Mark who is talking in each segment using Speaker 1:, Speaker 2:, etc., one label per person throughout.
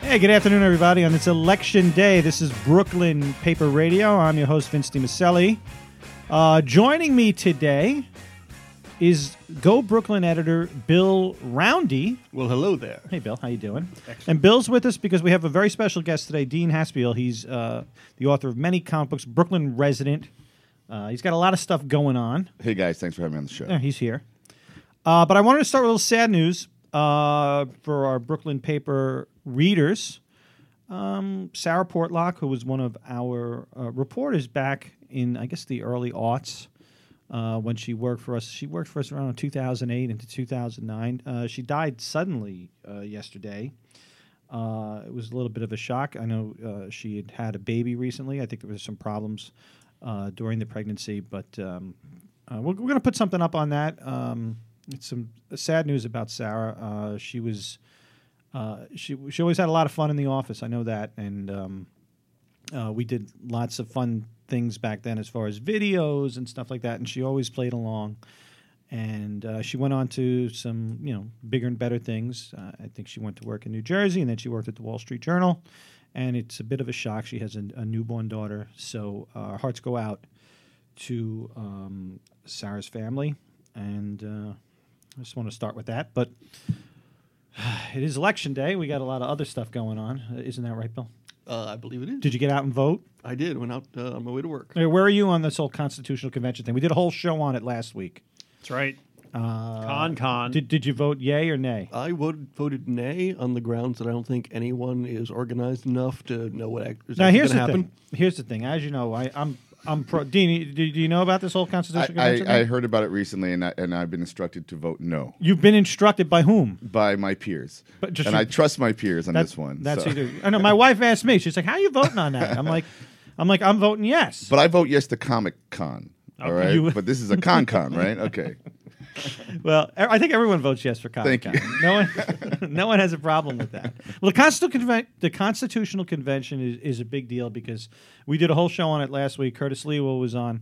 Speaker 1: Hey, good afternoon, everybody. On this election day, this is Brooklyn Paper Radio. I'm your host, Vince DiMaselli. Uh, joining me today is Go Brooklyn editor Bill Roundy.
Speaker 2: Well, hello there.
Speaker 1: Hey, Bill, how you doing? And Bill's with us because we have a very special guest today, Dean Haspiel. He's uh, the author of many comic books, Brooklyn resident. Uh, he's got a lot of stuff going on.
Speaker 3: Hey guys, thanks for having me on the show.
Speaker 1: Yeah, he's here. Uh, but I wanted to start with a little sad news uh, for our Brooklyn paper readers. Um, Sarah Portlock, who was one of our uh, reporters back in, I guess, the early aughts uh, when she worked for us, she worked for us around 2008 into 2009. Uh, she died suddenly uh, yesterday. Uh, it was a little bit of a shock. I know uh, she had had a baby recently. I think there was some problems uh, during the pregnancy, but um, uh, we're, we're going to put something up on that. Um, it's some sad news about Sarah. Uh, she was uh, she she always had a lot of fun in the office. I know that, and um, uh, we did lots of fun things back then as far as videos and stuff like that. And she always played along. And uh, she went on to some, you know, bigger and better things. Uh, I think she went to work in New Jersey, and then she worked at the Wall Street Journal. And it's a bit of a shock. She has a, a newborn daughter, so uh, our hearts go out to um, Sarah's family. And uh, I just want to start with that. But it is election day. We got a lot of other stuff going on, Uh, isn't that right, Bill?
Speaker 2: Uh, I believe it is.
Speaker 1: Did you get out and vote?
Speaker 2: I did. Went out uh, on my way to work.
Speaker 1: Hey, Where are you on this whole constitutional convention thing? We did a whole show on it last week. Uh,
Speaker 4: That's right. con con.
Speaker 1: Did Did you vote yay or
Speaker 3: Uh,
Speaker 1: nay?
Speaker 2: I voted, voted nay on the grounds that I don't think anyone is organized enough to know what act- is
Speaker 1: now
Speaker 2: actually
Speaker 1: here's the
Speaker 2: gonna happen.
Speaker 1: thing. Here's the thing. As you know, I, I'm I'm pro. Dean, do, do you know about this whole constitutional
Speaker 3: I,
Speaker 1: convention?
Speaker 3: I, I
Speaker 1: thing?
Speaker 3: heard about it recently, and I, and I've been instructed to vote no
Speaker 1: You've been instructed by whom?
Speaker 3: by my peers,
Speaker 1: But just
Speaker 3: and
Speaker 1: you-
Speaker 3: I trust my peers on
Speaker 1: That-
Speaker 3: this one.
Speaker 1: That's
Speaker 3: so.
Speaker 1: either. I know. My wife asked me. She's like, "How are you voting on that?" I'm like, "I'm like I'm voting yes."
Speaker 3: But I vote yes to Comic Con. All right,
Speaker 1: Oh, you-
Speaker 3: but this is a con con, right? Okay.
Speaker 1: Well, e- I think everyone votes yes for Comic
Speaker 3: Thank
Speaker 1: Con.
Speaker 3: you.
Speaker 1: No one, no one has a problem with that. Well, the Constitutional, Conven- the Constitutional Convention is, is a big deal because we did a whole show on it last week. Curtis Lewa was on,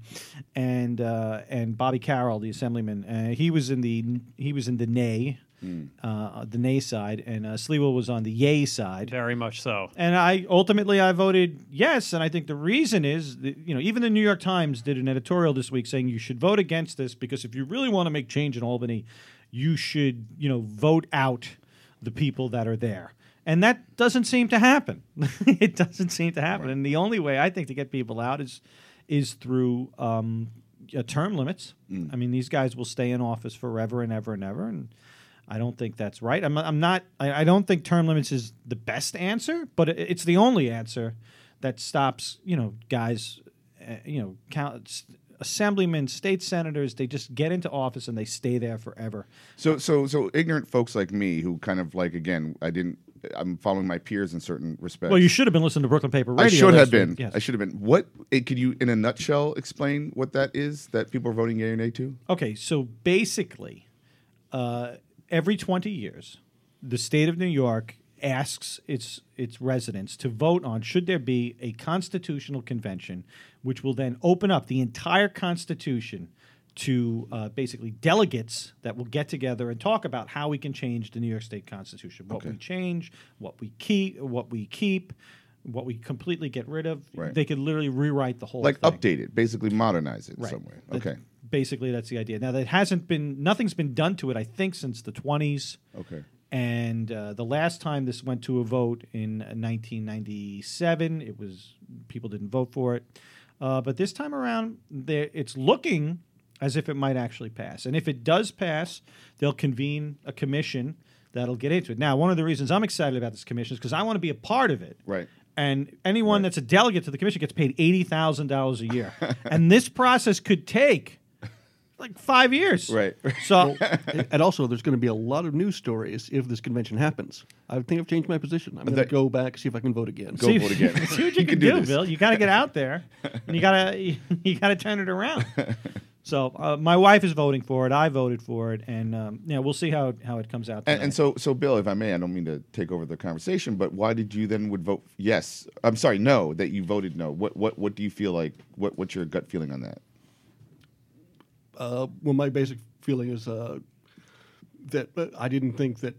Speaker 1: and uh, and Bobby Carroll, the Assemblyman, uh, he was in the he was in the nay,
Speaker 3: Hmm.
Speaker 1: uh, the nay side, and uh, Sliwa was on the yay side.
Speaker 4: Very much so.
Speaker 1: And I ultimately I voted yes, and I think the reason is that, you know even the New York Times did an editorial this week saying you should vote against this because if you really want to make change in Albany, you should you know vote out the people that are there, and that doesn't seem to happen. it doesn't seem to happen, and the only way I think to get people out is is through um, uh, term limits. I mean these guys will stay in office forever and ever and ever, and I don't think that's right. I'm, I'm not. I, I don't think term limits is the best answer, but it, it's the only answer that stops you know guys, uh, you know, count, s- assemblymen, state senators. They just get into office and they stay there forever.
Speaker 3: So so so ignorant folks like me who kind of like again, I didn't. I'm following my peers in certain respects.
Speaker 1: Well, you should have been listening to Brooklyn Paper Radio.
Speaker 3: I should
Speaker 1: last
Speaker 3: have
Speaker 1: week.
Speaker 3: been.
Speaker 1: Yes.
Speaker 3: I should have been. What eh, could you, in a nutshell, explain what that is that people are voting yay or nay to?
Speaker 1: Okay, so basically, uh, every 20 years, the state of New York asks its its residents to vote on should there be a constitutional convention, which will then open up the entire Constitution to uh, basically delegates that will get together and talk about how we can change the New York State Constitution, what we change, what we keep, what we keep, what we completely get rid of.
Speaker 3: Right.
Speaker 1: They could literally rewrite the whole
Speaker 3: Like
Speaker 1: thing.
Speaker 3: update it, basically modernize it
Speaker 1: Right.
Speaker 3: somewhere.
Speaker 1: That-
Speaker 3: Okay.
Speaker 1: Basically, that's the idea. Now, that hasn't been, nothing's been done to it, I think, since the 20s.
Speaker 3: Okay.
Speaker 1: And uh, the last time this went to a vote in 1997, it was, people didn't vote for it. Uh, but this time around, there, it's looking as if it might actually pass. And if it does pass, they'll convene a commission that'll get into it. Now, one of the reasons I'm excited about this commission is because I want to be a part of it.
Speaker 3: Right.
Speaker 1: And anyone that's a delegate to the commission gets paid eighty thousand dollars a year. and this process could take like five years.
Speaker 3: Right.
Speaker 1: So
Speaker 2: And- and also, there's going to be a lot of news stories if this convention happens. I think I've changed my position. I'm going to
Speaker 3: That-
Speaker 2: go back see if I can vote again.
Speaker 3: Go vote again.
Speaker 1: see what you, can, do, Bill. You got to get out there, and you got to you got to turn it around. so uh, my wife is voting for it. I voted for it, and um, yeah, we'll see how how it comes out.
Speaker 3: And, and
Speaker 1: tonight.
Speaker 3: so, so Bill, if I may, I don't mean to take over the conversation, but why did you then would vote yes? I'm sorry, no, that you voted no. What, what, what do you feel like? What, what's your gut feeling on that?
Speaker 2: Uh, well, my basic feeling is uh, that uh, I didn't think that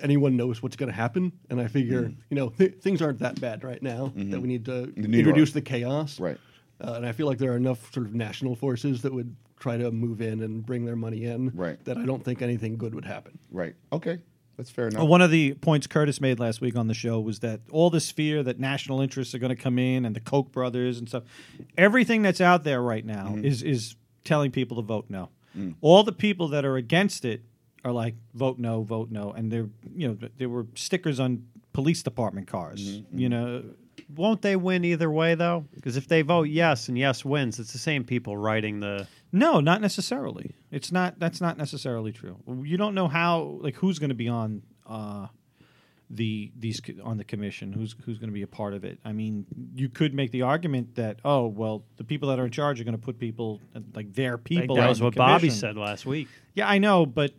Speaker 2: anyone knows what's going to happen. And I figure, you know, th- things aren't that bad right now that we need to
Speaker 3: Mm-hmm. New
Speaker 2: introduce
Speaker 3: York.
Speaker 2: the chaos.
Speaker 3: Right.
Speaker 2: Uh, and I feel like there are enough sort of national forces that would try to move in and bring their money in
Speaker 3: Right.
Speaker 2: that I don't think anything good would happen.
Speaker 3: Right. Okay. That's fair enough.
Speaker 1: Uh, One of the points Curtis made last week on the show was that all this fear that national interests are going to come in and the Koch brothers and stuff, everything that's out there right now is is telling people to vote no. All the people that are against it are like vote no, vote no, and they're you know there were stickers on police department cars, you know.
Speaker 4: Won't they win either way though? Because if they vote yes and yes wins, it's the same people writing the.
Speaker 1: No, not necessarily. It's not. That's not necessarily true. You don't know how, like, who's going to be on uh, the these co- on the commission. Who's who's going to be a part of it? I mean, you could make the argument that oh, well, the people that are in charge are going to put people like their
Speaker 4: I
Speaker 1: people.
Speaker 4: think that
Speaker 1: on
Speaker 4: was
Speaker 1: the
Speaker 4: what Bobby
Speaker 1: commission.
Speaker 4: said last week.
Speaker 1: Yeah, I know, but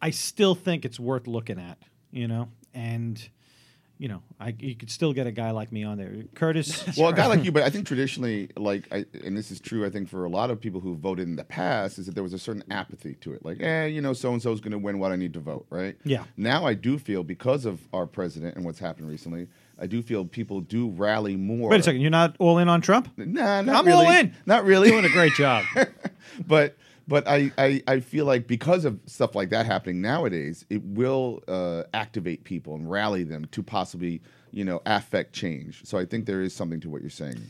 Speaker 1: I still think it's worth looking at. You know, and you know, I you could still get a guy like me on there, Curtis.
Speaker 3: well, a guy like you, but I think traditionally, like, I, and this is true, I think for a lot of people who voted in the past, is that there was a certain apathy to it. Like, eh, you know, so and so's going to win what I need to vote, right?
Speaker 1: Yeah.
Speaker 3: Now I do feel because of our president and what's happened recently, I do feel people do rally more.
Speaker 1: Wait a second, you're not all in on Trump?
Speaker 3: Nah, not
Speaker 1: I'm all
Speaker 3: really.
Speaker 1: in.
Speaker 3: Not really.
Speaker 4: Doing a great job.
Speaker 3: but but I, I I feel like because of stuff like that happening nowadays, it will uh, activate people and rally them to possibly you know affect change. So I think there is something to what you're saying.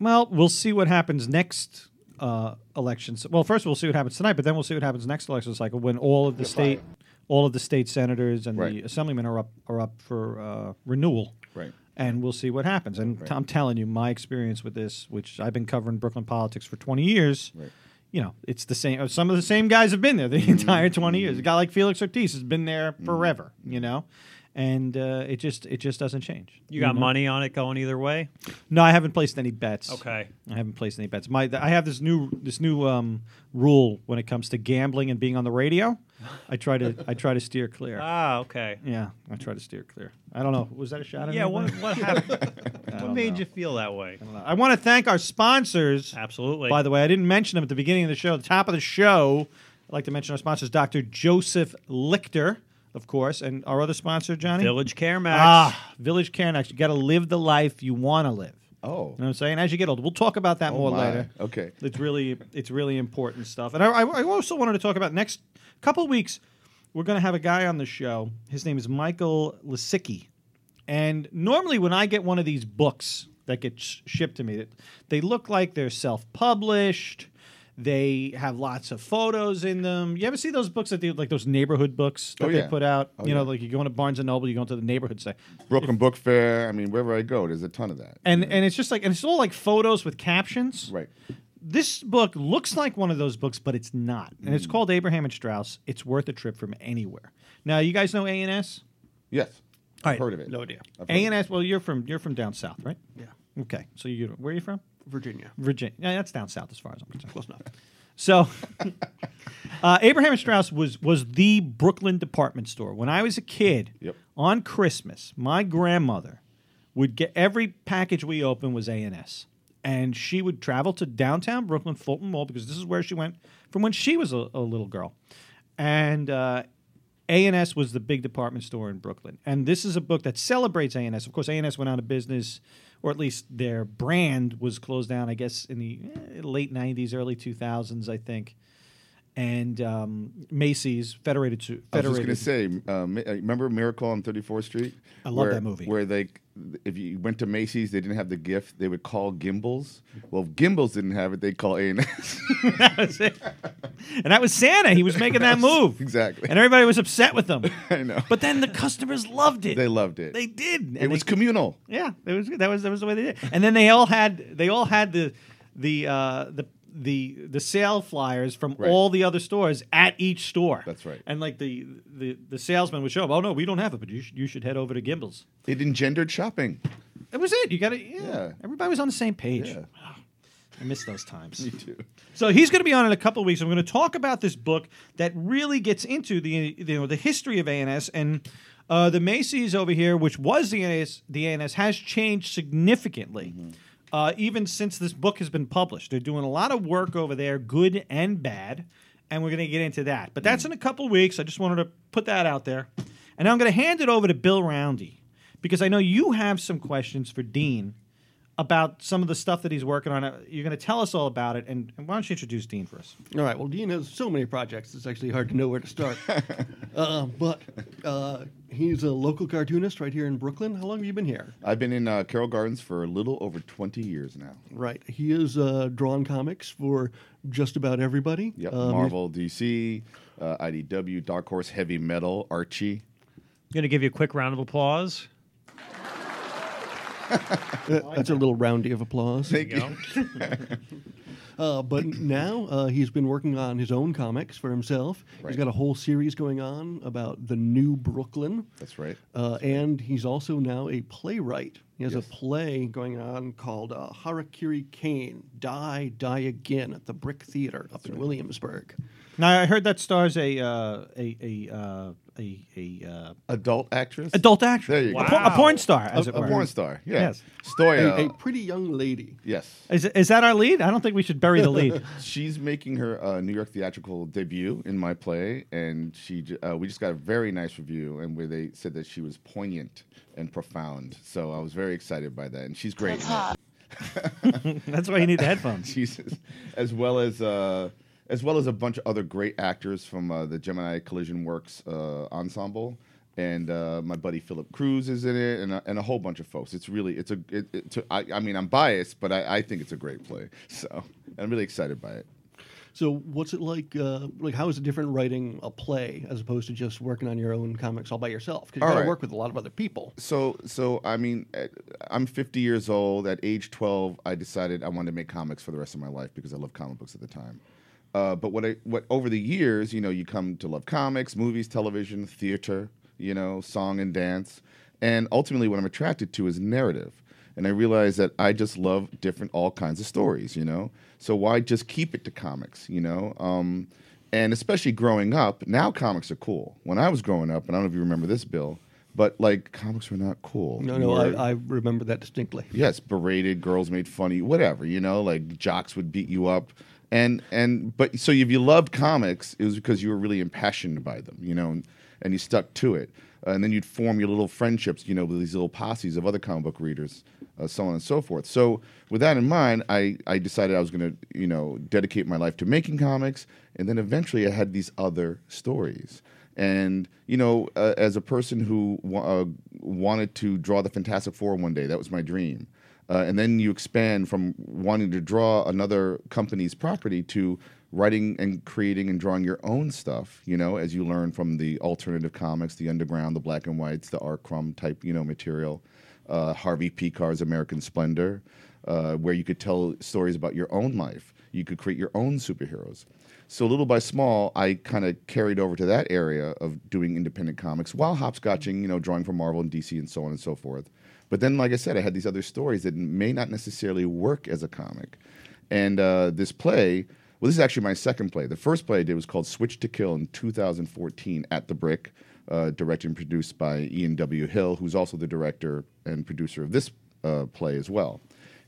Speaker 1: Well, we'll see what happens next uh, elections. Well, first we'll see what happens tonight, but then we'll see what happens next election cycle when all of the state, all of the state senators and the
Speaker 3: Right.
Speaker 1: assemblymen are up are up for uh, renewal.
Speaker 3: Right.
Speaker 1: And we'll see what happens. And t- I'm telling you, my experience with this, which I've been covering Brooklyn politics for 20 years,
Speaker 3: Right.
Speaker 1: you know, it's the same. uh, Some of the same guys have been there the entire 20 years. A guy like Felix Ortiz has been there
Speaker 3: Mm-hmm.
Speaker 1: forever, you know, and uh, it just it just doesn't change.
Speaker 4: You got
Speaker 1: know?
Speaker 4: money on it going either way.
Speaker 1: No, I haven't placed any bets.
Speaker 4: Okay.
Speaker 1: I haven't placed any bets. My, I have this new this new um, rule when it comes to gambling and being on the radio. I try to I try to steer clear.
Speaker 4: Ah, okay.
Speaker 1: Yeah, I try to steer clear. I don't know. Was that a shot? At
Speaker 4: Yeah. What
Speaker 1: anybody?
Speaker 4: what happened? what
Speaker 1: don't
Speaker 4: made
Speaker 1: know.
Speaker 4: you feel that way?
Speaker 1: I don't know. I want to thank our sponsors.
Speaker 4: Absolutely.
Speaker 1: By the way, I didn't mention them at the beginning of the show. At the top of the show, I'd like to mention our sponsors, Dr. Joseph Lichter, of course, and our other sponsor, Johnny.
Speaker 4: Village Care Max.
Speaker 1: Ah, Village Care Next. You got to live the life you want to live.
Speaker 3: Oh.
Speaker 1: You know what I'm saying? As you get older, we'll talk about that
Speaker 3: Oh
Speaker 1: more
Speaker 3: my.
Speaker 1: later.
Speaker 3: Okay.
Speaker 1: It's really it's really important stuff. And I, I, I also wanted to talk about next couple weeks. We're going to have a guy on the show. His name is Michael Lisicki. And normally, when I get one of these books that gets shipped to me, that they look like they're self-published. They have lots of photos in them. You ever see those books that they like those neighborhood books that
Speaker 3: Oh,
Speaker 1: they
Speaker 3: yeah.
Speaker 1: put out?
Speaker 3: Oh,
Speaker 1: you know,
Speaker 3: yeah.
Speaker 1: like you go into Barnes and Noble, you go into the neighborhood section.
Speaker 3: Brooklyn Book Fair. I mean, wherever I go, there's a ton of that.
Speaker 1: And and it's just like and it's all like photos with captions.
Speaker 3: right.
Speaker 1: this book looks like one of those books, but it's not. And
Speaker 2: Hmm.
Speaker 1: it's called Abraham and Strauss. It's worth a trip from anywhere. Now, you guys know A and S.
Speaker 3: Yes. I've heard of it.
Speaker 2: No idea.
Speaker 3: I've heard
Speaker 1: A and
Speaker 3: of it.
Speaker 1: S. Well, you're from you're from down south, right?
Speaker 2: Yeah.
Speaker 1: Okay. So you where are you from?
Speaker 2: Virginia.
Speaker 1: Virginia. Yeah, that's down south as far as I'm concerned.
Speaker 2: Close enough.
Speaker 1: So, uh, Abraham and Strauss was was the Brooklyn department store. When I was a kid,
Speaker 3: Yep.
Speaker 1: on Christmas, my grandmother would get every package we opened was A&S. And she would travel to downtown Brooklyn, Fulton Mall, because this is where she went from when she was a, a little girl. And uh, A&S was the big department store in Brooklyn. And this is a book that celebrates A&S. Of course, A&S went out of business, or at least their brand was closed down, I guess, in the eh, late 90s, early 2000s, I think. And um, Macy's, Federated. Federated
Speaker 3: I was just gonna say, um, remember Miracle on 34th Street?
Speaker 1: I love
Speaker 3: Where-
Speaker 1: that movie.
Speaker 3: Where they, if you went to Macy's, they didn't have the gift. They would call Gimbals. Well, if Gimbals didn't have it, they'd call A and S.
Speaker 1: That's it. And that was Santa. He was making that move.
Speaker 3: Exactly.
Speaker 1: And everybody was upset with him.
Speaker 3: I know.
Speaker 1: But then the customers loved it.
Speaker 3: They loved it.
Speaker 1: They did. And
Speaker 3: it was
Speaker 1: they-
Speaker 3: communal.
Speaker 1: yeah, it was good. That was that was the way they did. it. And then they all had they all had the the uh, the the the sale flyers from
Speaker 3: Right.
Speaker 1: all the other stores at each store.
Speaker 3: That's right.
Speaker 1: And like the the, the salesman would show up. Oh no, we don't have it, but you should, you should head over to Gimbel's.
Speaker 3: It engendered shopping.
Speaker 1: That was it. You got to yeah.
Speaker 3: Yeah.
Speaker 1: Everybody was on the same page. Ah,
Speaker 3: Yeah.
Speaker 1: I miss those times.
Speaker 3: too.
Speaker 1: So he's going to be on in a couple of weeks. I'm going to talk about this book that really gets into the you know the history of ANS and uh, the Macy's over here, which was the ANS, the ANS has changed significantly.
Speaker 3: Mm-hmm.
Speaker 1: Uh, even since this book has been published, they're doing a lot of work over there, good
Speaker 3: Mm-hmm.
Speaker 1: and bad, and we're going to get into that. But that's in a couple of weeks. I just wanted to put that out there. And now I'm going to hand it over to Bill Roundy because I know you have some questions for Dean about some of the stuff that he's working on. Uh, You're going to tell us all about it. And, and why don't you introduce Dean for us?
Speaker 2: All right. Well, Dean has so many projects, it's actually hard to know where to start. uh, but uh, he's a local cartoonist right here in Brooklyn. How long have you been here?
Speaker 3: I've been in uh, Carroll Gardens for a little over 20 years now.
Speaker 2: Right. He has uh, drawn comics for just about everybody.
Speaker 3: Yep.
Speaker 2: Um,
Speaker 3: Marvel, DC, uh, IDW, Dark Horse, Heavy Metal, Archie.
Speaker 4: going to give you a quick round of applause.
Speaker 2: That's a little roundy of applause.
Speaker 4: There you go.
Speaker 2: Uh, but now uh, he's been working on his own comics for himself.
Speaker 3: Right.
Speaker 2: He's got a whole series going on about the new Brooklyn.
Speaker 3: That's right.
Speaker 2: Uh, and he's also now a playwright. He has
Speaker 3: Yes.
Speaker 2: a play going on called uh, Harakiri Kane Die, Die Again at the Brick Theater up in Williamsburg.
Speaker 1: Now, I heard that stars a, uh, a, a, uh, a, a uh,
Speaker 3: Adult actress.
Speaker 1: adult actress.
Speaker 3: There you go.
Speaker 1: a, por- a
Speaker 4: Wow.
Speaker 1: porn star, as
Speaker 3: A,
Speaker 1: it were.
Speaker 3: a porn star. Yeah.
Speaker 1: Yes.
Speaker 3: Stoya.
Speaker 2: A, a pretty young lady.
Speaker 3: yes.
Speaker 1: Is, is that our lead? I don't think we should bury the lead.
Speaker 3: She's making her uh, New York theatrical debut in my play, and she j- uh, we just got a very nice review, and where they said that she was poignant and profound. So I was very excited by that, and she's great. in it.
Speaker 1: That's why you need the headphones.
Speaker 3: Jesus, as well as uh, as well as a bunch of other great actors from uh, the Gemini Collision Works uh, ensemble, and uh, my buddy Philip Cruz is in it, and a, and a whole bunch of folks. It's really it's a it, it, to, I, I mean I'm biased, but I, I think it's a great play, so I'm really excited by it.
Speaker 2: So, what's it like? Uh, like, how is it different writing a play as opposed to just working on your own comics all by yourself? Because you
Speaker 3: All
Speaker 2: got to
Speaker 3: right.
Speaker 2: work with a lot of other people.
Speaker 3: so so i mean at- i'm 50 years old at age 12 i decided i wanted to make comics for the rest of my life because i love comic books at the time uh, but what i what over the years you know you come to love comics movies television theater you know song and dance and ultimately what i'm attracted to is narrative and I realized that I just love different all kinds of stories, you know. So why just keep it to comics, you know? Um, and especially growing up, now comics are cool. When I was growing up, and I don't know if you remember this, Bill, but like comics were not cool.
Speaker 2: No,
Speaker 3: You
Speaker 2: no,
Speaker 3: were-
Speaker 2: I, I remember that distinctly.
Speaker 3: yes, berated, girls made funny, whatever, you know, like jocks would beat you up. And and but so if you loved comics, it was because you were really impassioned by them, you know, and, and you stuck to it. Uh, and then you'd form your little friendships, you know, with these little posses of other comic book readers, uh, so on and so forth. So with that in mind, I I decided I was going to, you know, dedicate my life to making comics, and then eventually I had these other stories. And you know, uh, as a person who wa- uh, wanted to draw the Fantastic Four one day, that was my dream. Uh, and then you expand from wanting to draw another company's property to writing and creating and drawing your own stuff. You know, as you learn from the alternative comics, the underground, the black and whites, the art crumb type, you know, material. Uh, Harvey P. Carr's American Splendor, uh, where you could tell stories about your own life. You could create your own superheroes. So little by small, I kind of carried over to that area of doing independent comics while hopscotching, you know, drawing for Marvel and DC and so on and so forth. But then, like I said, I had these other stories that may not necessarily work as a comic. And uh, this play, well, this is actually my second play. The first play I did was called Switch to Kill in 2014 at the Brick, uh, directed and produced by Ian W. Hill, who's also the director and producer of this uh, play as well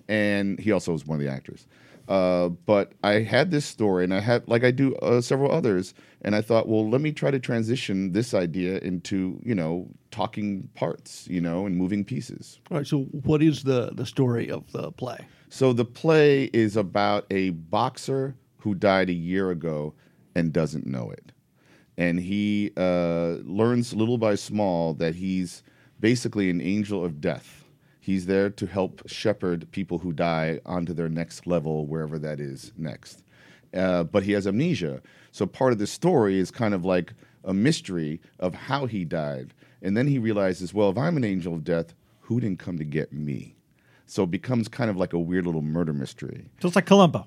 Speaker 3: and he also was one of the actors. Uh, but I had this story, and I had like I do uh, several others, and I thought, well, let me try to transition this idea into you know talking parts, you know, and moving pieces.
Speaker 2: All right. So, what is the the story of the play?
Speaker 3: So the play is about a boxer who died a year ago and doesn't know it. And he uh, learns little by small that he's basically an angel of death. He's there to help shepherd people who die onto their next level, wherever that is next uh, but he has amnesia. So part of the story is kind of like a mystery of how he died. And then he realizes, well, if I'm an angel of death, who didn't come to get me? So it becomes kind of like a weird little murder mystery.
Speaker 1: Just like Columbo.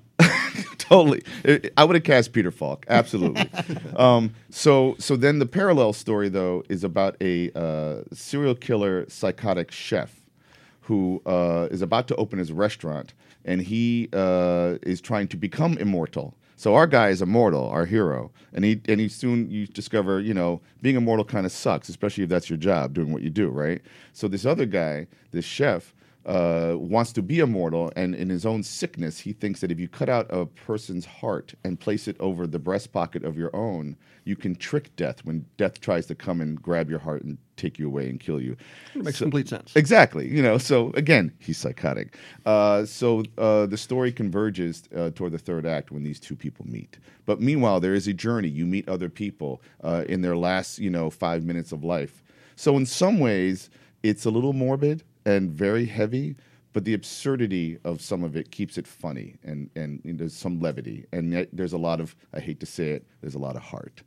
Speaker 3: totally. I- I would have cast Peter Falk. Absolutely. um, so so then the parallel story though is about a uh, serial killer psychotic chef who uh, is about to open his restaurant and he uh, is trying to become immortal. So our guy is immortal, our hero, and he and he soon you discover you know being immortal kind of sucks, especially if that's your job, doing what you do, right? So this other guy, this chef, uh, wants to be immortal, and in his own sickness, he thinks that if you cut out a person's heart and place it over the breast pocket of your own, you can trick death when death tries to come and grab your heart and take you away and kill you.
Speaker 2: makes complete sense.
Speaker 3: Exactly. You know, so again, he's psychotic. Uh, so uh, the story converges uh, toward the third act when these two people meet. But meanwhile, there is a journey. You meet other people uh, in their last, you know, five minutes of life. So in some ways, it's a little morbid and very heavy. But the absurdity of some of it keeps it funny, and, and there's some levity, and yet there's a lot of I hate to say it, there's a lot of heart.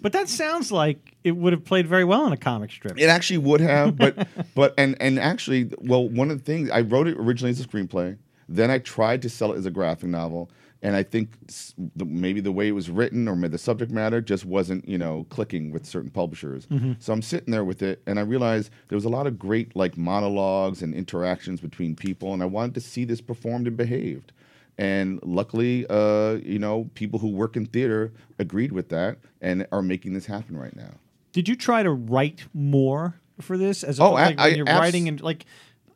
Speaker 1: But that sounds like it would have played very well in a comic strip.
Speaker 3: It actually would have, but but and and actually, well, one of the things I wrote it originally as a screenplay. Then I tried to sell it as a graphic novel, and I think s- the, maybe the way it was written or ma- the subject matter just wasn't you know clicking with certain publishers. So I'm sitting there with it, and I realized there was a lot of great like monologues and interactions between people, and I wanted to see this performed and behaved. And luckily, uh, you know, people who work in theater agreed with that and are making this happen right now.
Speaker 1: Did you try to write more for this? As
Speaker 3: Oh,
Speaker 1: opposed-
Speaker 3: I-
Speaker 1: like, when
Speaker 3: I
Speaker 1: you're
Speaker 3: abs-
Speaker 1: writing and like,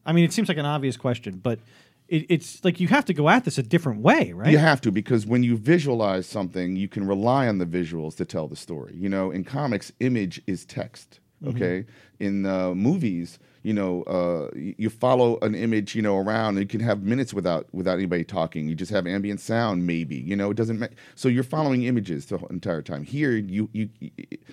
Speaker 1: I mean, it seems like an obvious question, but it, it's like you have to go at this a different way, right?
Speaker 3: You have to because when you visualize something, you can rely on the visuals to tell the story. You know, in comics, image is text. Okay, in uh, movies, you know, uh, y- you follow an image, you know, around. And you can have minutes without without anybody talking. You just have ambient sound, maybe. You know, it doesn't. Ma- so you're following images the whole entire time. Here, you you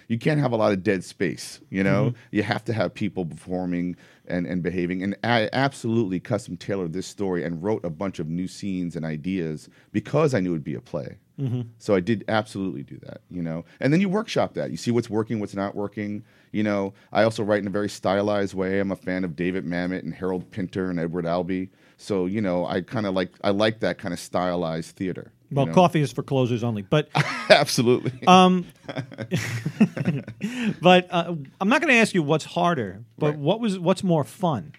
Speaker 3: you can't have a lot of dead space. You know, you have to have uh, people performing and, and behaving. And I absolutely custom tailored this story and wrote a bunch of new scenes and ideas because I knew it would be a play.
Speaker 1: Mm-hmm.
Speaker 3: So I did absolutely do that, you know. And then you workshop that. You see what's working, what's not working. You know, I also write in a very stylized way. I'm a fan of David Mamet and Harold Pinter and Edward Albee. So, you know, I kind of like I like that kind of stylized theater. you
Speaker 1: Well,
Speaker 3: know?
Speaker 1: coffee is for closers only, but
Speaker 3: absolutely.
Speaker 1: um, but uh, I'm not going to ask you what's harder, but
Speaker 3: Right.
Speaker 1: what was what's more fun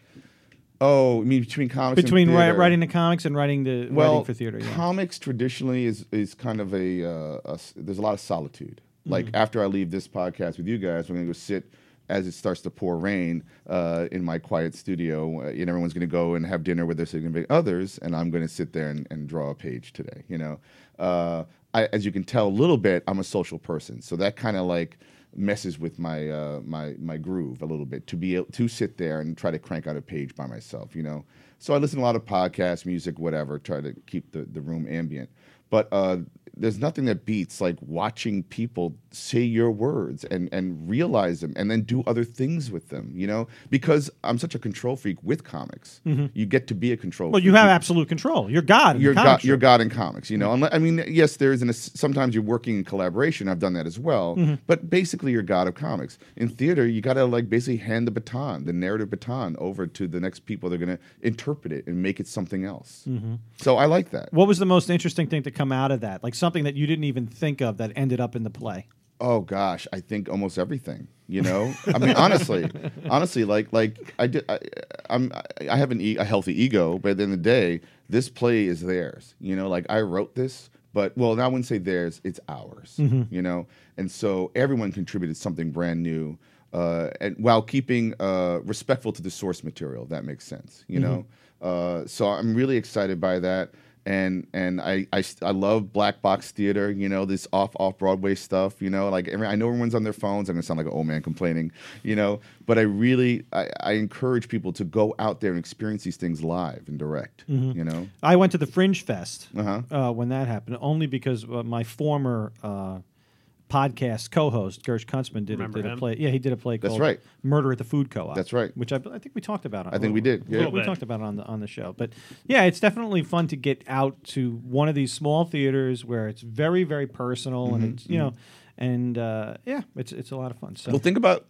Speaker 3: oh, I mean between comics
Speaker 1: between
Speaker 3: and
Speaker 1: wri-
Speaker 3: theater.
Speaker 1: writing the comics and writing the writing for theater? Yeah.
Speaker 3: comics traditionally is is kind of a, uh, a s- there's a lot of solitude.
Speaker 1: Mm-hmm.
Speaker 3: Like after I leave this podcast with you guys, we're gonna go sit as it starts to pour rain uh, in my quiet studio, uh, and everyone's gonna go and have dinner with their significant others, and I'm gonna sit there and, and draw a page today. You know, uh, I, as you can tell a little bit, I'm a social person, so that kind of like messes with my uh, my my groove a little bit to be able to sit there and try to crank out a page by myself, you know. So I listen to a lot of podcasts, music, whatever, try to keep the, the room ambient. But uh, there's nothing that beats like watching people say your words and and realize them and then do other things with them, you know. Because I'm such a control freak with comics, you get to be a control.
Speaker 1: Mm-hmm. Well,
Speaker 3: freak.
Speaker 1: you have absolute control. You're God. In Mm-hmm.
Speaker 3: You're
Speaker 1: the comic
Speaker 3: God,
Speaker 1: strip.
Speaker 3: you're God in comics, you know. Unless, I mean, yes, there is an. ass- Sometimes you're working in collaboration. I've done that as well.
Speaker 1: Mm-hmm.
Speaker 3: But basically, you're God of comics. In theater, you got to like basically hand the baton, the narrative baton, over to the next people. They're going to interpret it and make it something else.
Speaker 1: Mm-hmm.
Speaker 3: So I like that.
Speaker 1: What was the most interesting thing to come out of that? Like something that you didn't even think of that ended up in the play.
Speaker 3: Oh gosh, I think almost everything. You know, I mean, honestly, honestly, like like I did. I, I'm I have an e- a healthy ego, but at the end of the day, this play is theirs. You know, like I wrote this, but well, I wouldn't say theirs. It's ours. You know, and so everyone contributed something brand new, uh, and while keeping uh, respectful to the source material. If that makes sense. You know, uh, so I'm really excited by that and and I, I st- I love black box theater. You know this off off Broadway stuff. You know like every, I know everyone's on their phones. I'm gonna sound like an old man complaining. You know, but I really I, I encourage people to go out there and experience these things live and direct. You know,
Speaker 1: I went to the Fringe Fest
Speaker 3: Uh-huh.
Speaker 1: uh, when that happened, only because uh, my former uh, podcast co-host Gersh Kuntzman did, a,
Speaker 4: Remember
Speaker 1: did a
Speaker 4: him?
Speaker 1: play. Yeah, he did a play
Speaker 3: That's
Speaker 1: called
Speaker 3: right.
Speaker 1: "Murder at the Food Co-op."
Speaker 3: That's right.
Speaker 1: Which I, I think we talked about. On,
Speaker 3: I think we did, yeah.
Speaker 1: We,
Speaker 3: Little
Speaker 1: we
Speaker 4: bit.
Speaker 1: talked about it on the on the show, but yeah, it's definitely fun to get out to one of these small theaters where it's very very personal
Speaker 3: Mm-hmm.
Speaker 1: and it's you know. And uh, yeah, it's it's a lot of fun. So
Speaker 3: well think about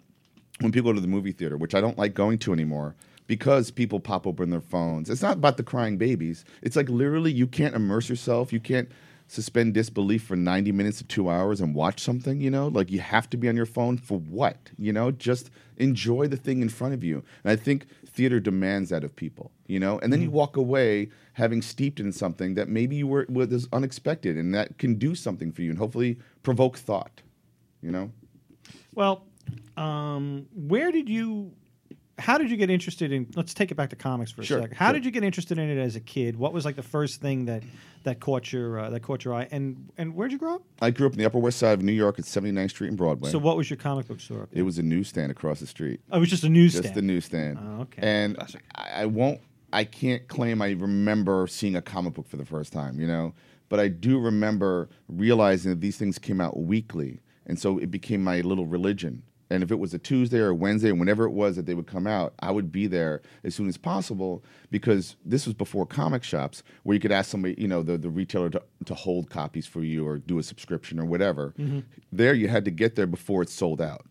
Speaker 3: when people go to the movie theater, which I don't like going to anymore. Because people pop open their phones. It's not about the crying babies. It's like literally you can't immerse yourself. You can't suspend disbelief for 90 minutes to two hours and watch something, you know? Like you have to be on your phone for what? You know, just enjoy the thing in front of you. And I think theater demands that of people, you know? And then you walk away having steeped in something that maybe you were was unexpected and that can do something for you and hopefully provoke thought, you know?
Speaker 1: Well, um, where did you how did you get interested in? Let's take it back to comics for a
Speaker 3: Sure,
Speaker 1: second. How
Speaker 3: sure.
Speaker 1: did you get interested in it as a kid? What was like the first thing that that caught your uh, that caught your eye? And and where'd you grow up?
Speaker 3: I grew up in the Upper West Side of New York at 79th Street and Broadway.
Speaker 1: So what was your comic book store?
Speaker 3: it was a newsstand across the street.
Speaker 1: Oh, it was just a newsstand.
Speaker 3: Just the newsstand.
Speaker 1: Oh, okay.
Speaker 3: And I, I won't. I can't claim I remember seeing a comic book for the first time. You know, but I do remember realizing that these things came out weekly, and so it became my little religion. And if it was a Tuesday or a Wednesday or whenever it was that they would come out, I would be there as soon as possible because this was before comic shops where you could ask somebody, you know, the, the retailer to, to hold copies for you or do a subscription or whatever.
Speaker 1: Mm-hmm.
Speaker 3: There you had to get there before it sold out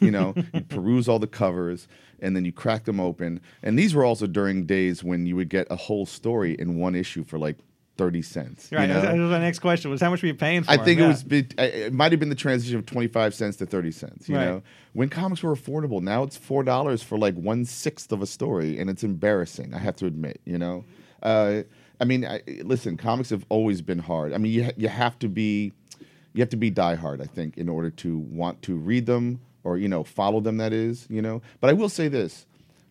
Speaker 3: you know you peruse all the covers and then you crack them open and these were also during days when you would get a whole story in one issue for like 30 cents you
Speaker 1: Right.
Speaker 3: know?
Speaker 1: That was my next question. Was how much were you paying for?
Speaker 3: I
Speaker 1: them?
Speaker 3: think it
Speaker 1: Yeah.
Speaker 3: was bit- I- it might have been the transition of 25 cents to 30 cents you
Speaker 1: Right.
Speaker 3: know when comics were affordable now it's four dollars for like one sixth of a story and it's embarrassing I have to admit you know uh, I mean I, listen comics have always been hard I mean you ha- you have to be you have to be diehard I think in order to want to read them or you know follow them that is you know but I will say this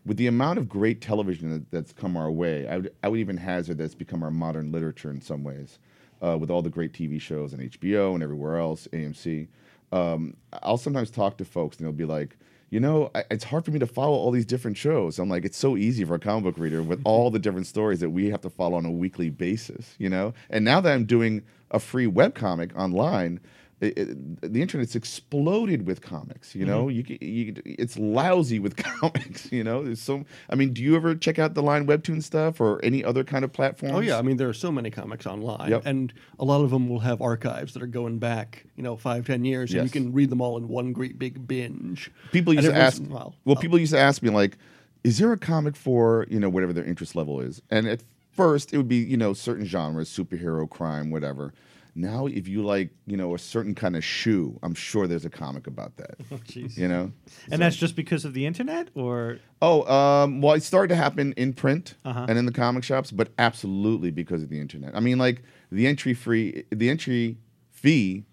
Speaker 3: with the amount of great television that, that's come our way, I would, I would even hazard that's become our modern literature in some ways, uh, with all the great TV shows on HBO and everywhere else, AMC. Um, I'll sometimes talk to folks and they'll be like, you know, I, it's hard for me to follow all these different shows. I'm like, it's so easy for a comic book reader with all the different stories that we have to follow on a weekly basis, you know? And now that I'm doing a free webcomic online, it, it, the internet's exploded with comics. You
Speaker 2: Mm-hmm.
Speaker 3: know, you, c- you c- it's lousy with comics. You know, there's so. I mean, do you ever check out the line webtoon stuff or any other kind of platforms?
Speaker 2: Oh yeah, I mean there are so many comics online,
Speaker 3: Yep.
Speaker 2: and a lot of them will have archives that are going back, you know, five, ten years, and
Speaker 3: Yes.
Speaker 2: you can read them all in one great big binge.
Speaker 3: people
Speaker 2: And
Speaker 3: used to
Speaker 2: every uh, once
Speaker 3: ask.
Speaker 2: in a while-
Speaker 3: well, people used to ask me like, "Is there a comic for you know whatever their interest level is?" And at first, it would be you know certain genres, superhero, crime, whatever. Now, if you like you know a certain kind of shoe, I'm sure there's a comic about that.
Speaker 2: Oh,
Speaker 1: Jeez.
Speaker 3: you know.
Speaker 1: And that's just because of the internet, or
Speaker 3: Oh, um, well, it started to happen in print
Speaker 1: Uh-huh.
Speaker 3: and in the comic shops, but absolutely because of the internet. I mean, like the entry free, the entry fee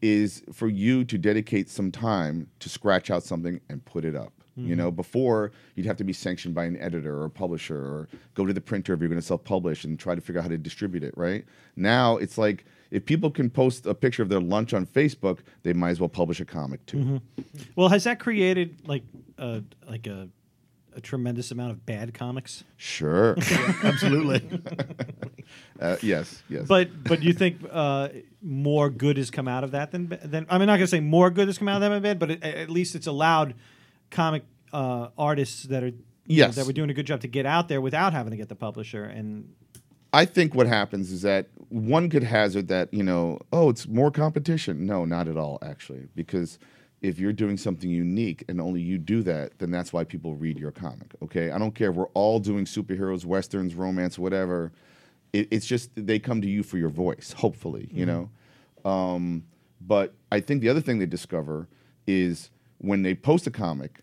Speaker 3: is for you to dedicate some time to scratch out something and put it up. You know, before you'd have to be sanctioned by an editor or a publisher or go to the printer if you're going to self-publish and try to figure out how to distribute it. Right now, it's like if people can post a picture of their lunch on Facebook, they might as well publish a comic too.
Speaker 1: well, has that created like a like a a tremendous amount of bad comics?
Speaker 3: Sure.
Speaker 2: Absolutely.
Speaker 3: uh, yes. Yes.
Speaker 1: But but you think uh, more good has come out of that than than I'm not gonna say more good has come out of that than bad, but it, at least it's allowed comic uh, artists that are you know,
Speaker 3: Yes.
Speaker 1: that were doing a good job to get out there without having to get the publisher and
Speaker 3: I think what happens is that one could hazard that, you know, oh, it's more competition. No, not at all, actually. Because if you're doing something unique and only you do that, then that's why people read your comic, okay? I don't care if we're all doing superheroes, westerns, romance, whatever. It, it's just they come to you for your voice, hopefully, you know? Um, but I think the other thing they discover is when they post a comic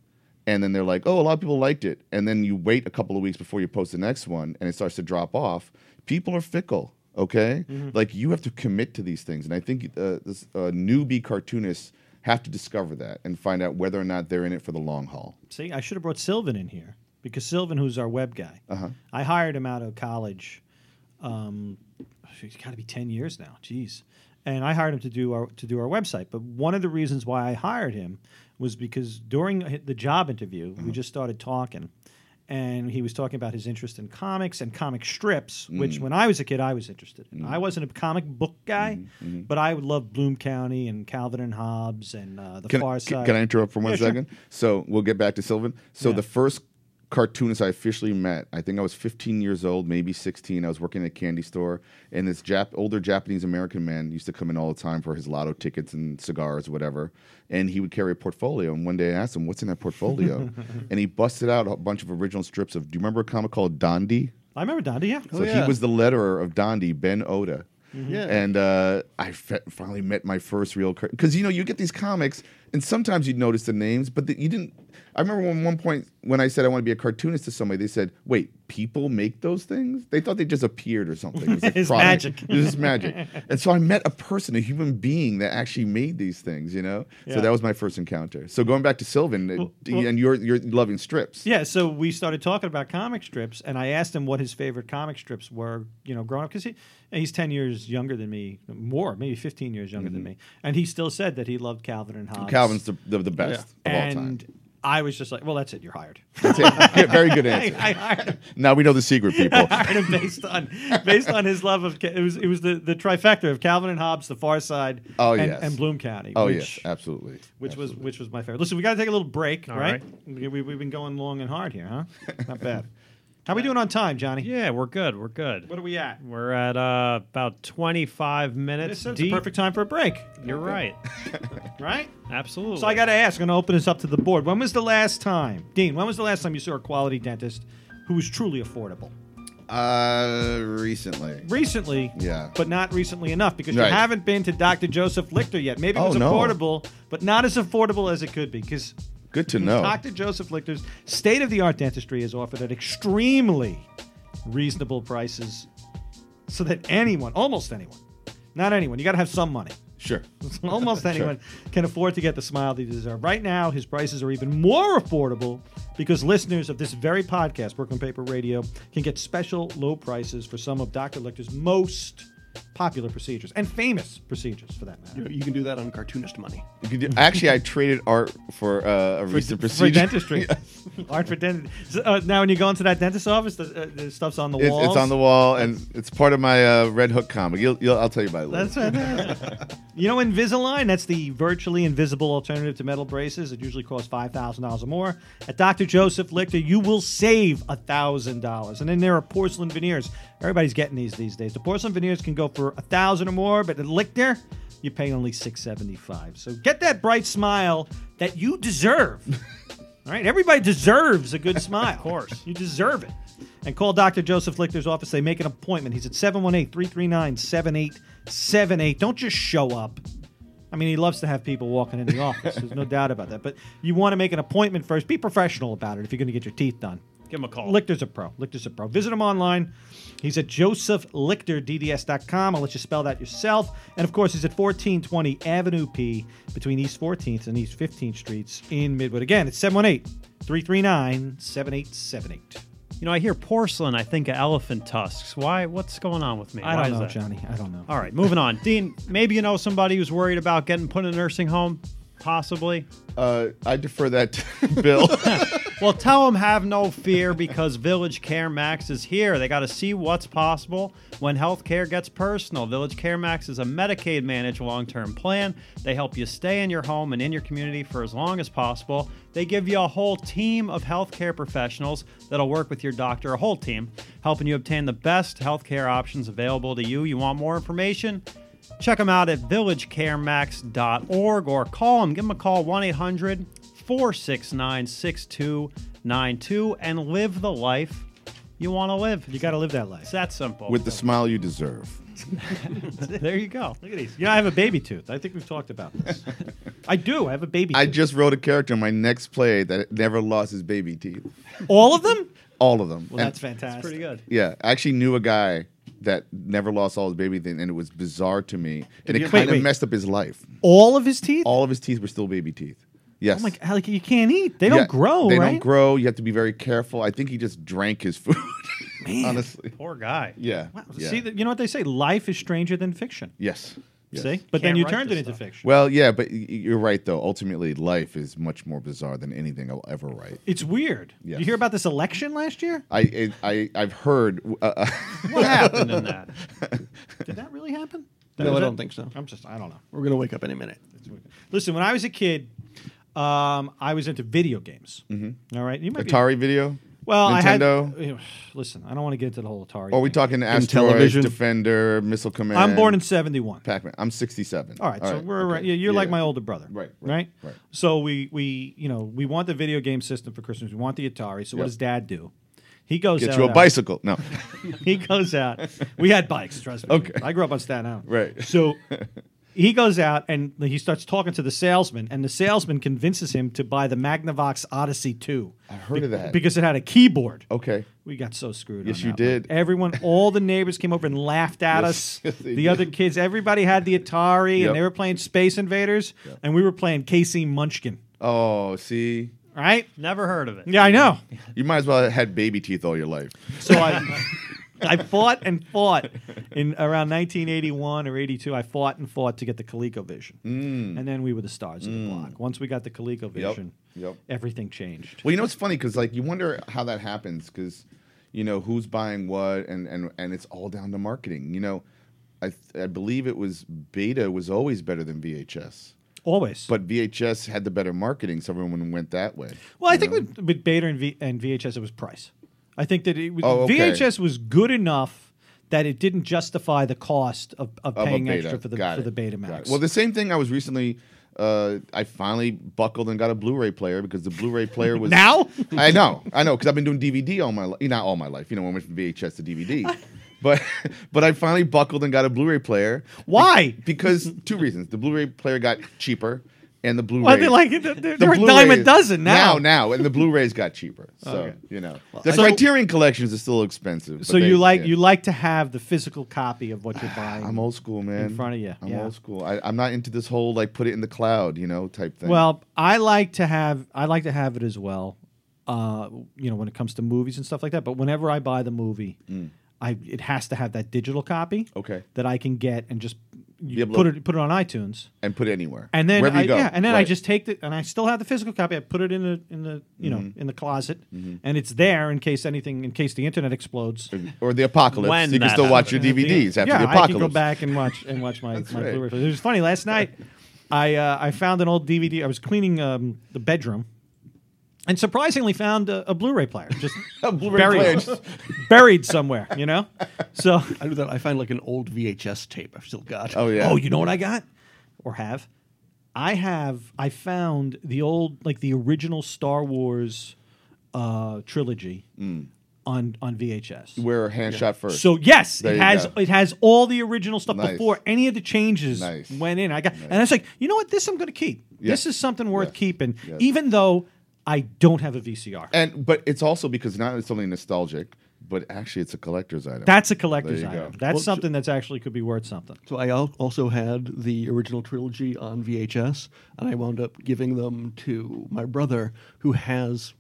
Speaker 3: and then they're like, oh, a lot of people liked it. And then you wait a couple of weeks before you post the next one and it starts to drop off. People are fickle, okay? Like you have to commit to these things. And I think uh, this, uh, newbie cartoonists have to discover that and find out whether or not they're in it for the long haul.
Speaker 1: See, I should have brought Sylvan in here because Sylvan, who's our web guy,
Speaker 3: Uh-huh.
Speaker 1: I hired him out of college. Um, it's got to be ten years now. Jeez. And I hired him to do our to do our website. But one of the reasons why I hired him was because during hi- the job interview,
Speaker 3: Uh-huh.
Speaker 1: we just started talking, and he was talking about his interest in comics and comic strips,
Speaker 3: Mm.
Speaker 1: which when I was a kid, I was interested in.
Speaker 3: Mm-hmm.
Speaker 1: I wasn't a comic book guy, but I loved Bloom County and Calvin and Hobbes and uh, the
Speaker 3: Can,
Speaker 1: Far
Speaker 3: can-
Speaker 1: Side.
Speaker 3: can I interrupt for one
Speaker 1: Yeah,
Speaker 3: second?
Speaker 1: sure.
Speaker 3: So we'll get back to Sylvan. So
Speaker 1: Yeah.
Speaker 3: the first cartoonist I officially met, I think I was 15 years old, maybe 16. I was working at a candy store, and this Jap- older Japanese American man used to come in all the time for his lotto tickets and cigars, whatever. And he would carry a portfolio. And one day I asked him, "What's in that portfolio?" and he busted out a bunch of original strips of. Do you remember a comic called Dondi?
Speaker 1: I remember Donda, Oh, yeah.
Speaker 3: So
Speaker 2: yeah.
Speaker 3: he was the letterer of Dondi, Ben Oda.
Speaker 2: Yeah.
Speaker 3: And uh, I fe- finally met my first real because you know you get these comics and sometimes you'd notice the names, but the, you didn't. I remember when one point when I said I want to be a cartoonist to somebody, they said, "Wait, people make those things?" They thought they just appeared or something. It was a
Speaker 1: It's
Speaker 3: product.
Speaker 1: magic.
Speaker 3: It was just magic. And so I met a person, a human being that actually made these things. You know,
Speaker 1: Yeah.
Speaker 3: so that was my first encounter. So going back to Sylvan uh,
Speaker 1: Well-
Speaker 3: d-
Speaker 1: well-
Speaker 3: and you're you're loving strips.
Speaker 1: Yeah, so we started talking about comic strips, and I asked him what his favorite comic strips were, you know, growing up, because he, he's 10 years younger than me, more, maybe 15 years younger
Speaker 3: Mm-hmm.
Speaker 1: than me. And he still said that he loved Calvin and Hobbes.
Speaker 3: Calvin's the, the, the best of
Speaker 1: and
Speaker 3: all time.
Speaker 1: I was just like, well, that's it, you're hired.
Speaker 3: That's it. Yeah, very good answer.
Speaker 1: I hired him.
Speaker 3: now we know the secret, people.
Speaker 1: I hired him based on based on his love of Ca- it was it was the, the trifecta of Calvin and Hobbes, The Far Side,
Speaker 3: Oh,
Speaker 1: and,
Speaker 3: yes.
Speaker 1: and Bloom County.
Speaker 3: Oh
Speaker 1: which-
Speaker 3: yes, absolutely.
Speaker 1: which was
Speaker 3: Absolutely.
Speaker 1: which was my favorite. Listen, we got to take a little break,
Speaker 4: All
Speaker 1: right? We, we, we've been going long and hard here, huh? Not bad. How we doing on time, Johnny?
Speaker 4: Yeah, we're good. We're good.
Speaker 1: What are we at?
Speaker 4: We're at uh, about 25 minutes
Speaker 1: This is the
Speaker 4: deep.
Speaker 1: perfect time for a break,
Speaker 4: You're right.
Speaker 1: right?
Speaker 4: Absolutely.
Speaker 1: So I got to ask, I'm going to open this up to the board. When was the last time, Dean? When was the last time you saw a quality dentist who was truly affordable?
Speaker 3: uh recently.
Speaker 1: Recently,
Speaker 3: Yeah.
Speaker 1: but not recently enough because
Speaker 3: Right.
Speaker 1: you haven't been to Dr. Joseph Lichter yet. Maybe it
Speaker 3: Oh,
Speaker 1: was
Speaker 3: no.
Speaker 1: affordable, but not as affordable as it could be because
Speaker 3: Good to know.
Speaker 1: Dr. Joseph Lichter's state of the art dentistry is offered at extremely reasonable prices so that anyone, almost anyone, not anyone, you got to have some money.
Speaker 3: Sure.
Speaker 1: Almost anyone can afford to get the smile they deserve. Right now, his prices are even more affordable because listeners of this very podcast, Brooklyn Paper Radio, can get special low prices for some of Dr. Lichter's most popular procedures and famous procedures for that matter.
Speaker 2: You, you can do that on cartoonist money.
Speaker 3: You could do- actually, I traded art for uh, a recent
Speaker 1: for
Speaker 3: procedure.
Speaker 1: dentistry. Art for dentistry. uh, now, when you go into that dentist's office, the, uh, the stuff's on the
Speaker 3: It's,
Speaker 1: walls.
Speaker 3: it's on the wall, and it's part of my uh, Red Hook comic. You'll, you'll, I'll tell you about it later.
Speaker 1: That's fantastic. you know, Invisalign, that's the virtually invisible alternative to metal braces. It usually costs $5,000 or more. At Dr. Joseph Lichter, you will save $1,000. And then there are porcelain veneers. Everybody's getting these these days. The porcelain veneers can go for 1000 or more, but the Lichter, you pay only 675 So get that bright smile that you deserve. All right, everybody deserves a good smile. of course. You deserve it. And call Dr. Joseph Lichter's office. They make an appointment. He's at 718 339 7878. Don't just show up. I mean, he loves to have people walking in the office. There's no doubt about that. But you want to make an appointment first. Be professional about it if you're going to get your teeth done.
Speaker 4: Give him a call.
Speaker 1: Lichter's a pro. Lichter's a pro. Visit him online. He's at josephlichterdds.com. I'll let you spell that yourself. And of course, he's at 1420 Avenue P between East 14th and East 15th Streets in Midwood. Again, it's 718 339 7878.
Speaker 4: You know, I hear porcelain. I think of elephant tusks. Why? What's going on with me?
Speaker 1: I
Speaker 4: Why
Speaker 1: don't
Speaker 4: is
Speaker 1: know,
Speaker 4: that?
Speaker 1: Johnny. I don't know.
Speaker 4: All right, moving on. Dean, maybe you know somebody who's worried about getting put in a nursing home, possibly.
Speaker 3: Uh, I defer that to Bill.
Speaker 4: Well, tell them have no fear because Village Care Max is here. They got to see what's possible when healthcare gets personal. Village Care Max is a Medicaid managed long term plan. They help you stay in your home and in your community for as long as possible. They give you a whole team of healthcare professionals that'll work with your doctor, a whole team, helping you obtain the best healthcare options available to you. You want more information? Check them out at villagecaremax.org or call them. Give them a call 1 800 469 6292 and live the life you want to live.
Speaker 1: You got to live that life.
Speaker 4: It's that simple.
Speaker 3: With the smile you deserve.
Speaker 4: there you go.
Speaker 1: Look at these. You know, I have a baby tooth. I think we've talked about this. I do. I have a baby
Speaker 3: I
Speaker 1: tooth.
Speaker 3: just wrote a character in my next play that never lost his baby teeth.
Speaker 1: All of them?
Speaker 3: All of them.
Speaker 1: Well,
Speaker 3: And-
Speaker 1: that's fantastic.
Speaker 4: Pretty good.
Speaker 3: Yeah, I actually knew a guy that never lost all his baby teeth, and it was bizarre to me. And it
Speaker 1: Wait,
Speaker 3: kind
Speaker 1: wait.
Speaker 3: of messed up his life.
Speaker 1: All of his teeth?
Speaker 3: All of his teeth were still baby teeth. Yes.
Speaker 1: I'm like, like, you can't eat. Oh They don't
Speaker 3: Yeah,
Speaker 1: grow,
Speaker 3: They
Speaker 1: right?
Speaker 3: don't grow. You have to be very careful. I think he just drank his food. Honestly.
Speaker 4: Poor guy.
Speaker 3: Yeah.
Speaker 1: Wow.
Speaker 3: yeah.
Speaker 1: See, th- you know what they say? Life is stranger than fiction.
Speaker 3: Yes. Yes.
Speaker 1: See, but
Speaker 4: Can't
Speaker 1: then you
Speaker 4: write
Speaker 1: turned it
Speaker 4: this
Speaker 1: into
Speaker 4: stuff.
Speaker 1: fiction.
Speaker 3: Well, yeah, but y- y- you're right though. Ultimately, life is much more bizarre than anything I'll ever write.
Speaker 1: it's weird.
Speaker 3: Yes.
Speaker 1: You hear about this election last year?
Speaker 3: I I, I I've heard. Uh, uh,
Speaker 4: What happened in that?
Speaker 1: Did that really happen? That
Speaker 2: No,
Speaker 1: was
Speaker 2: I
Speaker 1: it?
Speaker 2: don't think so.
Speaker 1: I'm just, I don't know.
Speaker 2: We're gonna wake up any minute.
Speaker 1: Listen, when I was a kid, um, I was into video games. Mm-hmm. right, you might be.
Speaker 3: Atari video.
Speaker 1: Well,
Speaker 3: Nintendo.
Speaker 1: I had. Listen, I don't want to get into the whole Atari.
Speaker 3: Or are we
Speaker 1: thing.
Speaker 3: talking asteroids,
Speaker 2: television?
Speaker 3: defender, missile command?
Speaker 1: I'm born in '71.
Speaker 3: Pac-Man. I'm 67.
Speaker 1: All right, so we're
Speaker 3: okay.
Speaker 1: around, yeah, you're like
Speaker 3: Yeah.
Speaker 1: my older brother,
Speaker 3: Right, right,
Speaker 1: Right.
Speaker 3: right.
Speaker 1: So we we you know we want the video game system for Christmas. We want the Atari. So what
Speaker 3: Yep.
Speaker 1: does Dad do? He goes
Speaker 3: Get
Speaker 1: out
Speaker 3: you a
Speaker 1: on-
Speaker 3: bicycle. No.
Speaker 1: he goes out. We had bikes, trust me.
Speaker 3: Okay.
Speaker 1: I grew up on Staten Island.
Speaker 3: Right.
Speaker 1: So he goes out and he starts talking to the salesman, and the salesman convinces him to buy the Magnavox Odyssey 2. I
Speaker 3: heard of that.
Speaker 1: Because it had a keyboard.
Speaker 3: Okay.
Speaker 1: We got so screwed.
Speaker 3: Yes,
Speaker 1: on
Speaker 3: you
Speaker 1: that one.
Speaker 3: did.
Speaker 1: Everyone, all the neighbors came over and laughed at us.
Speaker 3: Yes, yes, they
Speaker 1: the other kids, everybody had the Atari,
Speaker 3: Yep.
Speaker 1: and they were playing Space Invaders, and we were playing Casey Munchkin.
Speaker 3: Oh, see,
Speaker 1: Right?
Speaker 4: Never heard of it.
Speaker 1: Yeah, I know.
Speaker 3: you might as well have had baby teeth all your life.
Speaker 1: So I, I fought and fought in around 1981 or 82. I fought and fought to get the ColecoVision, mm. and then we were the stars of the block. Once we got the ColecoVision,
Speaker 3: Mm. Yep.
Speaker 1: everything changed.
Speaker 3: Well, you know it's funny because like you wonder how that happens because you know who's buying what and and and it's all down to marketing. You know, I th- I believe it was Beta was always better than VHS,
Speaker 1: Always.
Speaker 3: but VHS had the better marketing, so everyone went that way.
Speaker 1: Well, I
Speaker 3: you
Speaker 1: think
Speaker 3: know?
Speaker 1: with, with Beta and, v, and VHS, it was price. I think that it was,
Speaker 3: Oh, okay.
Speaker 1: VHS was good enough that it didn't justify the cost of, of,
Speaker 3: Of a
Speaker 1: paying
Speaker 3: Beta.
Speaker 1: extra for the
Speaker 3: Got
Speaker 1: for
Speaker 3: it.
Speaker 1: the
Speaker 3: Got
Speaker 1: Betamax.
Speaker 3: it. Well, the same thing I was recently. Uh, I finally buckled and got a Blu-ray player because the Blu-ray player was
Speaker 1: now
Speaker 3: I know, I know, because I've been doing DVD all my life. Not all my life, you know. I went from VHS to DVD, but but I finally buckled and got a Blu-ray player.
Speaker 1: why?
Speaker 3: Because two reasons: the Blu-ray player got cheaper, and the Blu-ray.
Speaker 1: Why they like it? They're, they're
Speaker 3: the
Speaker 1: a dime a
Speaker 3: Blu-rays-
Speaker 1: dozen now.
Speaker 3: Now, now, and the Blu-rays got cheaper. So you know, the
Speaker 1: So-
Speaker 3: Criterion collections are still expensive.
Speaker 1: So you like you like to have the physical copy of what you're buying.
Speaker 3: I'm old school, man.
Speaker 1: front of you,
Speaker 3: I'm
Speaker 1: yeah.
Speaker 3: old school. I, I'm not into this whole like put it in the cloud, you know, type thing.
Speaker 1: Well, I like to have I like to have it as well. Uh, you know, when it comes to movies and stuff like that. But whenever I buy the movie, I it has to have that digital copy.
Speaker 3: Mm. Okay.
Speaker 1: That I can get and just you
Speaker 3: able
Speaker 1: put
Speaker 3: to-
Speaker 1: it put it on iTunes.
Speaker 3: and put it anywhere,
Speaker 1: And then
Speaker 3: wherever
Speaker 1: I,
Speaker 3: you go.
Speaker 1: yeah, and then I
Speaker 3: Right.
Speaker 1: just take the and I still have the physical copy. I put it in the in the you
Speaker 3: Mm-hmm.
Speaker 1: know in the closet, and it's there in case anything in case the internet explodes.
Speaker 3: or the apocalypse.
Speaker 4: When
Speaker 3: you can
Speaker 4: that
Speaker 3: still watch your
Speaker 1: Yeah.
Speaker 3: DVDs after
Speaker 1: yeah, I
Speaker 3: the
Speaker 1: can go
Speaker 3: apocalypse.
Speaker 1: back and watch and watch my, my
Speaker 3: right.
Speaker 1: Blu-ray. It was funny last night. I uh, I found an old DVD. I was cleaning um, the bedroom, and surprisingly found a, a Blu-ray player just
Speaker 3: A Blu-ray
Speaker 1: buried
Speaker 3: player just-
Speaker 1: buried somewhere. You know, so
Speaker 2: I do that. I find like an old VHS tape I've still got.
Speaker 3: Oh yeah.
Speaker 1: oh, you know what I got or have? I have I found the old like the original Star Wars uh, trilogy
Speaker 3: Mm.
Speaker 1: on on VHS.
Speaker 3: Wear a hand shot first.
Speaker 1: So yes,
Speaker 3: There
Speaker 1: it
Speaker 3: you
Speaker 1: has
Speaker 3: go.
Speaker 1: it has all the original stuff
Speaker 3: Nice.
Speaker 1: before any of the changes
Speaker 3: Nice.
Speaker 1: went in. I got and I was like, you know what? This I'm going to keep. This
Speaker 3: Yes.
Speaker 1: is something worth
Speaker 3: Yes.
Speaker 1: keeping,
Speaker 3: Yes.
Speaker 1: even though I don't have a VCR.
Speaker 3: and but it's also because not only something nostalgic, but actually it's a collector's item.
Speaker 1: that's a collector's
Speaker 3: There you go.
Speaker 1: item. That's something that's actually could be worth something.
Speaker 2: So I al- also had the original trilogy on VHS, and I wound up giving them to my brother, who has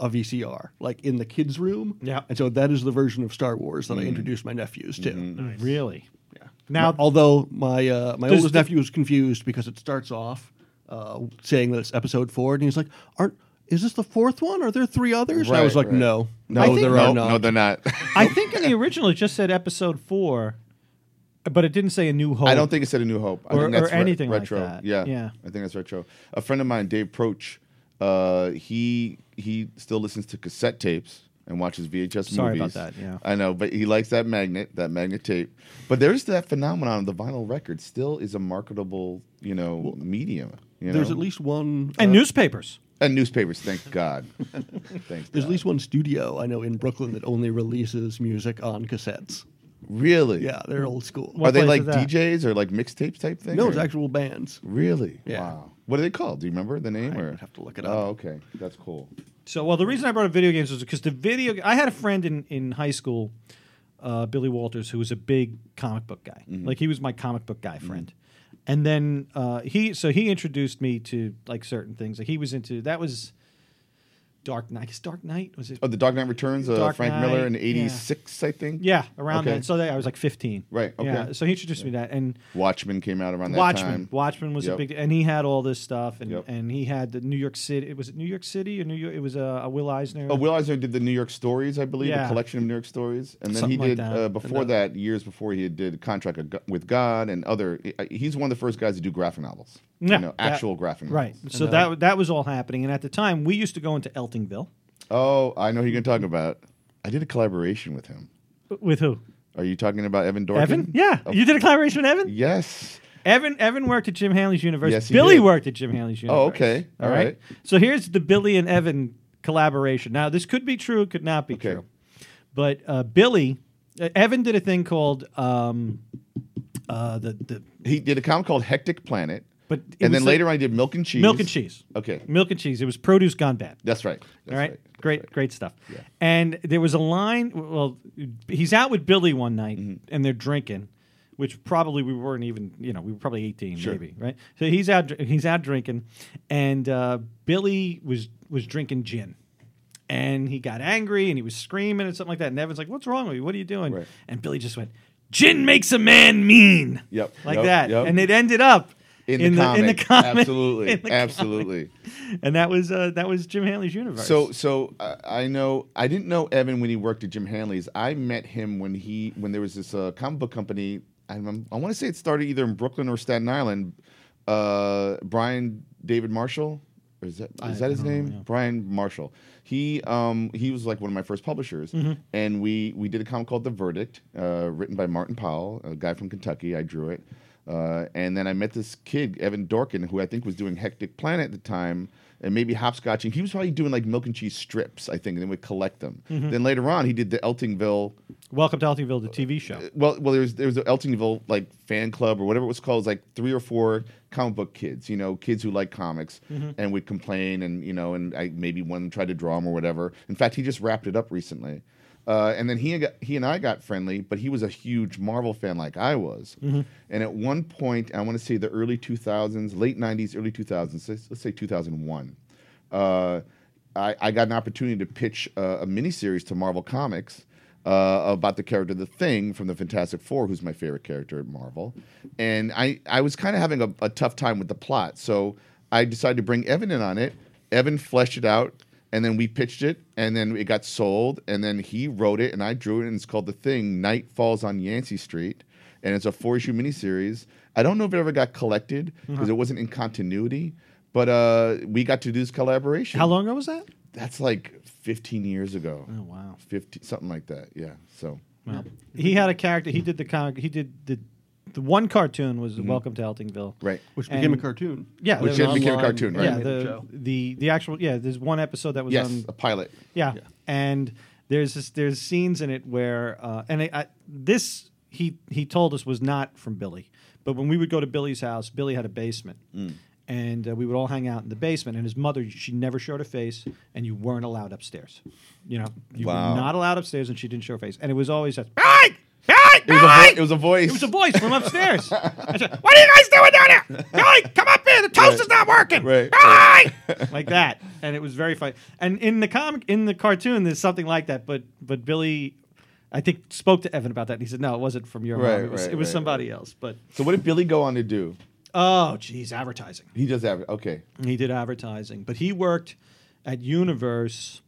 Speaker 2: a VCR, like in the kids' room.
Speaker 1: Yeah.
Speaker 2: And so that is the version of Star Wars that I introduced my nephews to.
Speaker 1: Really. Mm. Now,
Speaker 2: Although my uh, my
Speaker 1: Does
Speaker 2: oldest
Speaker 1: the-
Speaker 2: nephew was confused because it starts off uh, saying that it's episode four, and he's like, "Aren't is this the fourth one? Are there three others?" And I
Speaker 3: Right,
Speaker 2: was like,
Speaker 3: right.
Speaker 2: "No, no,
Speaker 3: no,
Speaker 1: I think-
Speaker 2: there
Speaker 3: no,
Speaker 2: are not."
Speaker 3: no, they're not.
Speaker 1: I think in the original it just said episode four, but it didn't say a new hope.
Speaker 3: I don't think it said a New Hope. I
Speaker 1: Or-
Speaker 3: think that's
Speaker 1: or anything like
Speaker 3: retro.
Speaker 1: that.
Speaker 3: Yeah,
Speaker 1: Yeah.
Speaker 3: I think that's retro. A friend of mine, Dave Proch, uh, he he still listens to cassette tapes and watches VHS
Speaker 1: Sorry about
Speaker 3: movies.
Speaker 1: that, yeah.
Speaker 3: I know, but he likes that magnet, that magnet tape. But there's that phenomenon of the vinyl record still is a marketable, you know, medium. You
Speaker 2: There's
Speaker 3: know?
Speaker 2: at least one
Speaker 1: And
Speaker 2: uh,
Speaker 1: newspapers.
Speaker 3: and newspapers. Thank God. Thanks.
Speaker 2: There's at least one studio I know in Brooklyn that only releases music on cassettes.
Speaker 3: Really?
Speaker 2: Yeah, they're old school.
Speaker 1: What
Speaker 3: Are they
Speaker 1: place
Speaker 3: like
Speaker 1: is that?
Speaker 3: DJs or like mixtapes type thing?
Speaker 2: No,
Speaker 3: or-
Speaker 2: it's actual bands.
Speaker 3: Really?
Speaker 2: Yeah.
Speaker 3: Wow. What are they called? Do you remember the name?
Speaker 2: I
Speaker 3: or
Speaker 2: would have to look it
Speaker 3: Oh,
Speaker 2: up.
Speaker 3: okay. That's cool.
Speaker 1: So, well, the reason I brought up video games was because the video. I had a friend in in high school, uh, Billy Walters, who was a big comic book guy.
Speaker 3: Mm-hmm.
Speaker 1: Like he was my comic book guy friend. And then uh, he, so he introduced me to like certain things. Like he was into that was Dark Knight. I guess Dark Knight was it?
Speaker 3: Oh, The Dark Knight Returns, uh,
Speaker 1: Dark
Speaker 3: Frank
Speaker 1: Knight,
Speaker 3: Miller in
Speaker 1: yeah.
Speaker 3: '86, I think.
Speaker 1: yeah, around
Speaker 3: okay.
Speaker 1: that. So that, I was like fifteen.
Speaker 3: Right,
Speaker 1: Yeah.
Speaker 3: okay.
Speaker 1: So he introduced me to that and.
Speaker 3: Watchmen came out around that
Speaker 1: Watchman.
Speaker 3: time.
Speaker 1: Watchman was a
Speaker 3: Yep.
Speaker 1: big, and he had all this stuff, and,
Speaker 3: Yep.
Speaker 1: and he had the New York City. Was it New York City or New York? It was uh, a Will Eisner.
Speaker 3: Oh, Will Eisner did the New York stories, I believe,
Speaker 1: Yeah.
Speaker 3: a collection of New York stories, and then
Speaker 1: Something
Speaker 3: he
Speaker 1: like
Speaker 3: did
Speaker 1: that.
Speaker 3: uh, before that, years before he did Contract of Go- with God and other. I- I- He's one of the first guys to do graphic novels.
Speaker 1: Yeah,
Speaker 3: you know,
Speaker 1: that-
Speaker 3: actual graphic
Speaker 1: Right.
Speaker 3: novels.
Speaker 1: So that that was all happening, and at the time we used to go into Eltingville
Speaker 3: Oh, I know who you're gonna talk about. I did a collaboration with him.
Speaker 1: with who?
Speaker 3: Are you talking about Evan Dorkin?
Speaker 1: Evan. Yeah,
Speaker 3: Oh,
Speaker 1: you did a collaboration with Evan.
Speaker 3: yes.
Speaker 1: Evan Evan worked at Jim Hanley's University.
Speaker 3: Yes, he
Speaker 1: Billy
Speaker 3: did.
Speaker 1: worked at Jim Hanley's University.
Speaker 3: Oh, okay. All right.
Speaker 1: So here's the Billy and Evan collaboration. Now this could be true, could not be
Speaker 3: Okay.
Speaker 1: true, but uh, Billy uh, Evan did a thing called um,
Speaker 2: uh, the the
Speaker 3: He did a comic called Hectic Planet.
Speaker 1: But it
Speaker 3: and
Speaker 1: was
Speaker 3: then
Speaker 1: the-
Speaker 3: later on, he did Milk and Cheese.
Speaker 1: Milk and cheese.
Speaker 3: Okay.
Speaker 1: Milk and cheese. It was produce gone bad.
Speaker 3: That's right. That's
Speaker 1: All right.
Speaker 3: right.
Speaker 1: Great, great stuff. And there was a line. Well, he's out with Billy one night,
Speaker 3: Mm-hmm.
Speaker 1: and they're drinking, which probably we weren't even. You know, we were probably eighteen, maybe, right? So he's out. He's out drinking, and uh, Billy was was drinking gin, and he got angry and he was screaming and something like that. And Evan's like, "What's wrong with you? What are you doing?"
Speaker 3: Right.
Speaker 1: And Billy just went, "Gin makes a man mean."
Speaker 3: Yep,
Speaker 1: Like
Speaker 3: yep,
Speaker 1: that,
Speaker 3: yep.
Speaker 1: and it ended up.
Speaker 3: In, the, comic.
Speaker 1: in the comic,
Speaker 3: Absolutely.
Speaker 1: in the comic.
Speaker 3: Absolutely.
Speaker 1: and that was uh, that was Jim Hanley's universe.
Speaker 3: So, so uh, I know I didn't know Evan when he worked at Jim Hanley's. I met him when he when there was this uh, comic book company. I, remem- I want to say it started either in Brooklyn or Staten Island. Uh, Brian David Marshall, or is that is that his name? Brian Marshall. He um, he was like one of my first publishers,
Speaker 1: Mm-hmm.
Speaker 3: and we we did a comic called The Verdict, uh, written by Martin Powell, a guy from Kentucky. I drew it. Uh, and then I met this kid, Evan Dorkin, who I think was doing Hectic Planet at the time, and maybe hopscotching. He was probably doing like milk and cheese strips, I think, and then would collect them. Then later on, he did the Eltingville.
Speaker 1: Welcome to Altonville, the TV show.
Speaker 3: Well, well, there was there was the Eltingville like fan club or whatever it was called. It was like three or four comic book kids, you know, kids who like comics, and would complain, and you know, and I, maybe one tried to draw him or whatever. In fact, he just wrapped it up recently. Uh, and then he and got, he and I got friendly, but he was a huge Marvel fan like I was. And at one point, I want to say the early 2000s, late 90s, early 2000s, let's, let's say 2001, uh, I, I got an opportunity to pitch uh, a miniseries to Marvel Comics uh, about the character The Thing from the Fantastic Four, who's my favorite character at Marvel. And I, I was kind of having a, a tough time with the plot. So I decided to bring Evan in on it. Evan fleshed it out, and then we pitched it, and then it got sold, and then he wrote it, and I drew it, and it's called The Thing Night Falls on Yancey Street. And it's a four issue miniseries. I don't know if it ever got collected
Speaker 1: Uh-huh.
Speaker 3: because it wasn't in continuity, but uh, we got to do this collaboration.
Speaker 1: How long ago was that?
Speaker 3: That's like 15 years ago.
Speaker 1: Oh wow.
Speaker 3: 15, something like that. Yeah. So.
Speaker 1: Well, he had a character. He did the comic. He did the the one cartoon was Welcome to Eltingville.
Speaker 3: Right.
Speaker 2: Mm-hmm. which became a
Speaker 1: And-
Speaker 2: cartoon.
Speaker 1: Yeah,
Speaker 3: Which
Speaker 1: there
Speaker 3: then
Speaker 1: was-
Speaker 3: became a
Speaker 2: online
Speaker 3: cartoon, right?
Speaker 1: Yeah,
Speaker 2: animated
Speaker 1: the,
Speaker 2: show.
Speaker 1: the the actual yeah. There's one episode that was
Speaker 3: Yes,
Speaker 1: on
Speaker 3: a pilot.
Speaker 1: Yeah. And there's this, there's scenes in it where uh, and I, I, this he he told us was not from Billy, but when we would go to Billy's house, Billy had a basement.
Speaker 3: Mm.
Speaker 1: And uh, we would all hang out in the basement. And his mother, she never showed her face, and you weren't allowed upstairs. You know, you
Speaker 3: Wow.
Speaker 1: were not allowed upstairs, and she didn't show her face. And it was always that,
Speaker 3: It was, a vo- it was a voice.
Speaker 1: It was a voice from upstairs. I said, what are you guys doing down here? Billy, come up here. The toast is not working. Ah!
Speaker 3: Right,
Speaker 1: Billy!" like that. And it was very funny. And in the comic, in the cartoon, there's something like that. But but Billy, I think, spoke to Evan about that. And he said, no, it wasn't from your
Speaker 3: Right,
Speaker 1: mom. It was,
Speaker 3: right,
Speaker 1: it was
Speaker 3: right,
Speaker 1: somebody else. But,
Speaker 3: So what did Billy go on to do?
Speaker 1: oh, geez, advertising.
Speaker 3: He does have okay.
Speaker 1: He did advertising, but he worked at Universe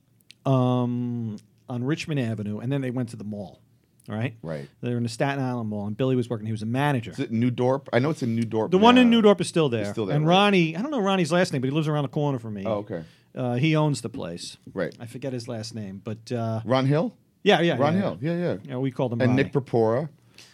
Speaker 1: um, on Richmond Avenue, and then they went to the mall. All right,
Speaker 3: Right.
Speaker 1: They were in the Staten Island Mall, and Billy was working. He was a manager.
Speaker 3: Is it New Dorp? I know it's in New Dorp.
Speaker 1: The one in
Speaker 3: now.
Speaker 1: New Dorp is still there.
Speaker 3: still there,
Speaker 1: and
Speaker 3: right.
Speaker 1: Ronnie, I don't know Ronnie's last name, but he lives around the corner from me.
Speaker 3: Oh, okay.
Speaker 1: Uh, he owns the place.
Speaker 3: Right.
Speaker 1: I forget his last name, but uh,
Speaker 3: Ron Hill.
Speaker 1: yeah, yeah,
Speaker 3: Ron
Speaker 1: yeah,
Speaker 3: Hill. Yeah, yeah.
Speaker 1: Yeah, we called him
Speaker 3: and
Speaker 1: Ronnie.
Speaker 3: Nick Propora.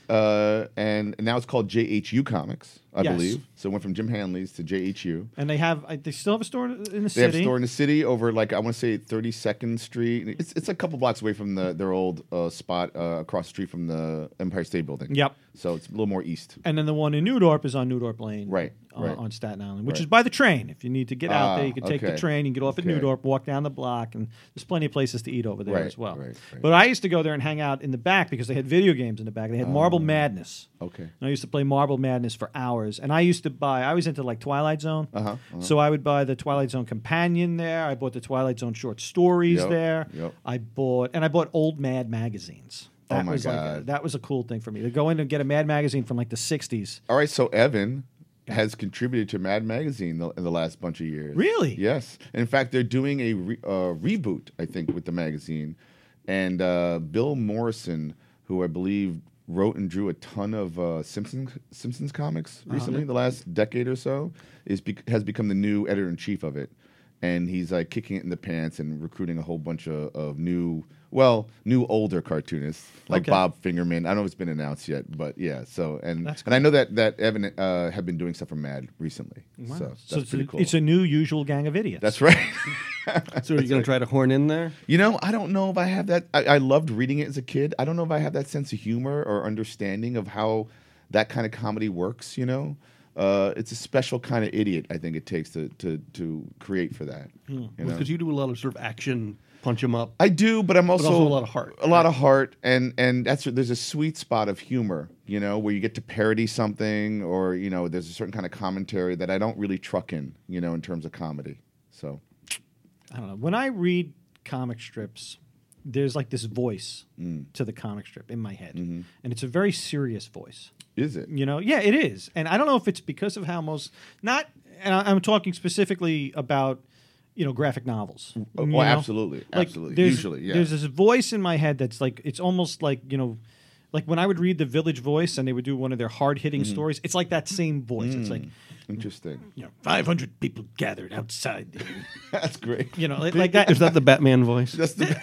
Speaker 3: Uh, and now it's called JHU Comics, I
Speaker 1: Yes.
Speaker 3: believe. So it went from Jim Hanley's to JHU.
Speaker 1: and they have, I, they still have a store in the
Speaker 3: They have
Speaker 1: city.
Speaker 3: a store in the city over like I want to say 32nd Street. It's it's a couple blocks away from the their old uh, spot uh, across the street from the Empire State Building.
Speaker 1: Yep.
Speaker 3: So it's a little more east.
Speaker 1: and then the one in New Dorp is on New Dorp Lane,
Speaker 3: Right,
Speaker 1: on,
Speaker 3: right.
Speaker 1: on Staten Island, which
Speaker 3: Right.
Speaker 1: is by the train. If you need to get out
Speaker 3: Ah,
Speaker 1: there, you can take
Speaker 3: okay.
Speaker 1: the train. You can get off at New
Speaker 3: Okay.
Speaker 1: Dorp, walk down the block, and there's plenty of places to eat over there
Speaker 3: Right,
Speaker 1: as well.
Speaker 3: right, right.
Speaker 1: But I used to go there and hang out in the back because they had video games in the back. They had Marble Madness.
Speaker 3: Ah, Okay.
Speaker 1: And I used to play Marble Madness for hours, and I used to buy. I was into like Twilight Zone,
Speaker 3: Uh-huh,
Speaker 1: so I would buy the Twilight Zone Companion there. I bought the Twilight Zone short stories
Speaker 3: Yep,
Speaker 1: there.
Speaker 3: yep.
Speaker 1: I bought and I bought Old Mad magazines.
Speaker 3: Oh
Speaker 1: That
Speaker 3: my
Speaker 1: was like a-
Speaker 3: God.
Speaker 1: that was a cool thing for me to go in and get a Mad magazine from like the '60s.
Speaker 3: All right, so Evan has contributed to Mad Magazine the, in the last bunch of years.
Speaker 1: Really?
Speaker 3: Yes. And in fact, they're doing a re, uh, reboot, I think, with the magazine. And uh, Bill Morrison, who I believe wrote and drew a ton of uh, Simpsons Simpsons comics
Speaker 1: Oh,
Speaker 3: recently, the last decade or so, is bec- has become the new editor in chief of it. And he's like kicking it in the pants and recruiting a whole bunch of, of new, well, new older cartoonists like
Speaker 1: Okay.
Speaker 3: Bob Fingerman. I don't know if it's been announced yet, but yeah. So and
Speaker 1: That's
Speaker 3: and I know that that Evan uh, had been doing stuff for Mad recently. So that's
Speaker 1: So it's
Speaker 3: pretty
Speaker 1: a,
Speaker 3: cool.
Speaker 1: it's a new usual gang of idiots.
Speaker 3: that's right.
Speaker 2: So are you going to try to horn in there?
Speaker 3: you know, I don't know if I have that. I, I loved reading it as a kid. I don't know if I have that sense of humor or understanding of how that kind of comedy works. You know, uh, it's a special kind of idiot I think it takes to to to create for that. you know?
Speaker 2: Because you do a lot of sort of action, punch them up.
Speaker 3: I do, but I'm also,
Speaker 2: also a lot of heart.
Speaker 3: A lot of heart, and and that's there's a sweet spot of humor, you know, where you get to parody something, or you know, there's a certain kind of commentary that I don't really truck in, you know, in terms of comedy. So
Speaker 1: I don't know. When I read comic strips, there's like this voice
Speaker 3: Mm.
Speaker 1: to the comic strip in my head,
Speaker 3: Mm-hmm.
Speaker 1: and it's a very serious voice.
Speaker 3: is it?
Speaker 1: You know, yeah, it is, and I don't know if it's because of how most not. And I- I'm talking specifically about you know graphic novels.
Speaker 3: Oh,
Speaker 1: you
Speaker 3: well,
Speaker 1: know?
Speaker 3: absolutely,
Speaker 1: Like,
Speaker 3: absolutely.
Speaker 1: there's-
Speaker 3: Usually, yeah.
Speaker 1: There's this voice in my head that's like it's almost like you know. Like when I would read the Village Voice and they would do one of their hard hitting
Speaker 3: Mm-hmm.
Speaker 1: stories, it's like that same voice. It's
Speaker 3: Mm.
Speaker 1: like,
Speaker 3: Interesting.
Speaker 1: you know, 500 people gathered outside. the-"
Speaker 3: That's great.
Speaker 1: You know, like, like that.
Speaker 2: Is that the Batman voice?
Speaker 3: That's the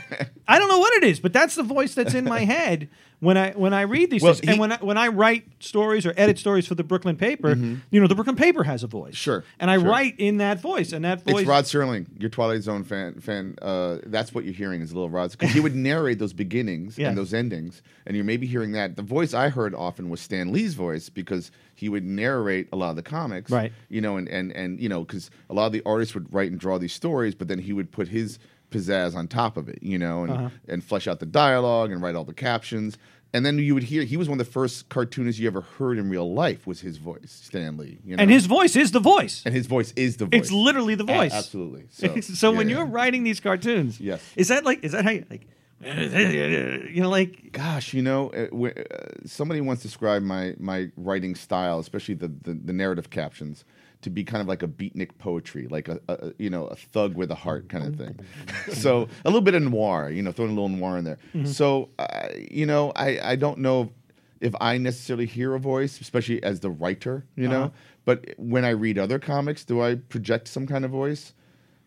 Speaker 1: I don't know what it is, but that's the voice that's in my head when I when I read these
Speaker 3: Well,
Speaker 1: things. and
Speaker 3: he-
Speaker 1: when I, when I write stories or edit stories for the Brooklyn paper, you know, the Brooklyn paper has a voice.
Speaker 3: Mm-hmm. Sure,
Speaker 1: And I
Speaker 3: sure.
Speaker 1: write in that voice, and that voice
Speaker 3: it's Rod Serling, your Twilight Zone fan. Fan, uh, that's what you're hearing is a little Rod because he would narrate those beginnings
Speaker 1: Yes.
Speaker 3: and those endings, and you're maybe hearing that. The voice I heard often was Stan Lee's voice because he would narrate a lot of the comics,
Speaker 1: Right.
Speaker 3: You know, and and and you know, because a lot of the artists would write and draw these stories, but then he would put his pizzazz on top of it, you know,
Speaker 1: Uh-huh.
Speaker 3: and and flesh out the dialogue and write all the captions. And then you would hear he was one of the first cartoonists you ever heard in real life was his voice, Stan Lee. You know?
Speaker 1: and his voice is the voice.
Speaker 3: and his voice is the voice.
Speaker 1: It's literally the
Speaker 3: A-
Speaker 1: voice.
Speaker 3: Absolutely.
Speaker 1: So,
Speaker 3: So, yeah,
Speaker 1: when
Speaker 3: yeah.
Speaker 1: you're writing these cartoons,
Speaker 3: Yes.
Speaker 1: is that like is that how you like you know like
Speaker 3: gosh, you know, uh, wh- uh, somebody once described my my writing style, especially the, the the narrative captions, to be kind of like a beatnik poetry, like a, a a- you know a thug with a heart kind of thing. so a little bit of noir, you know, throwing a little noir in there.
Speaker 1: Mm-hmm.
Speaker 3: So uh, you know, I I don't know if I necessarily hear a voice, especially as the writer, you know.
Speaker 1: Uh-huh.
Speaker 3: But when I read other comics, do I project some kind of voice?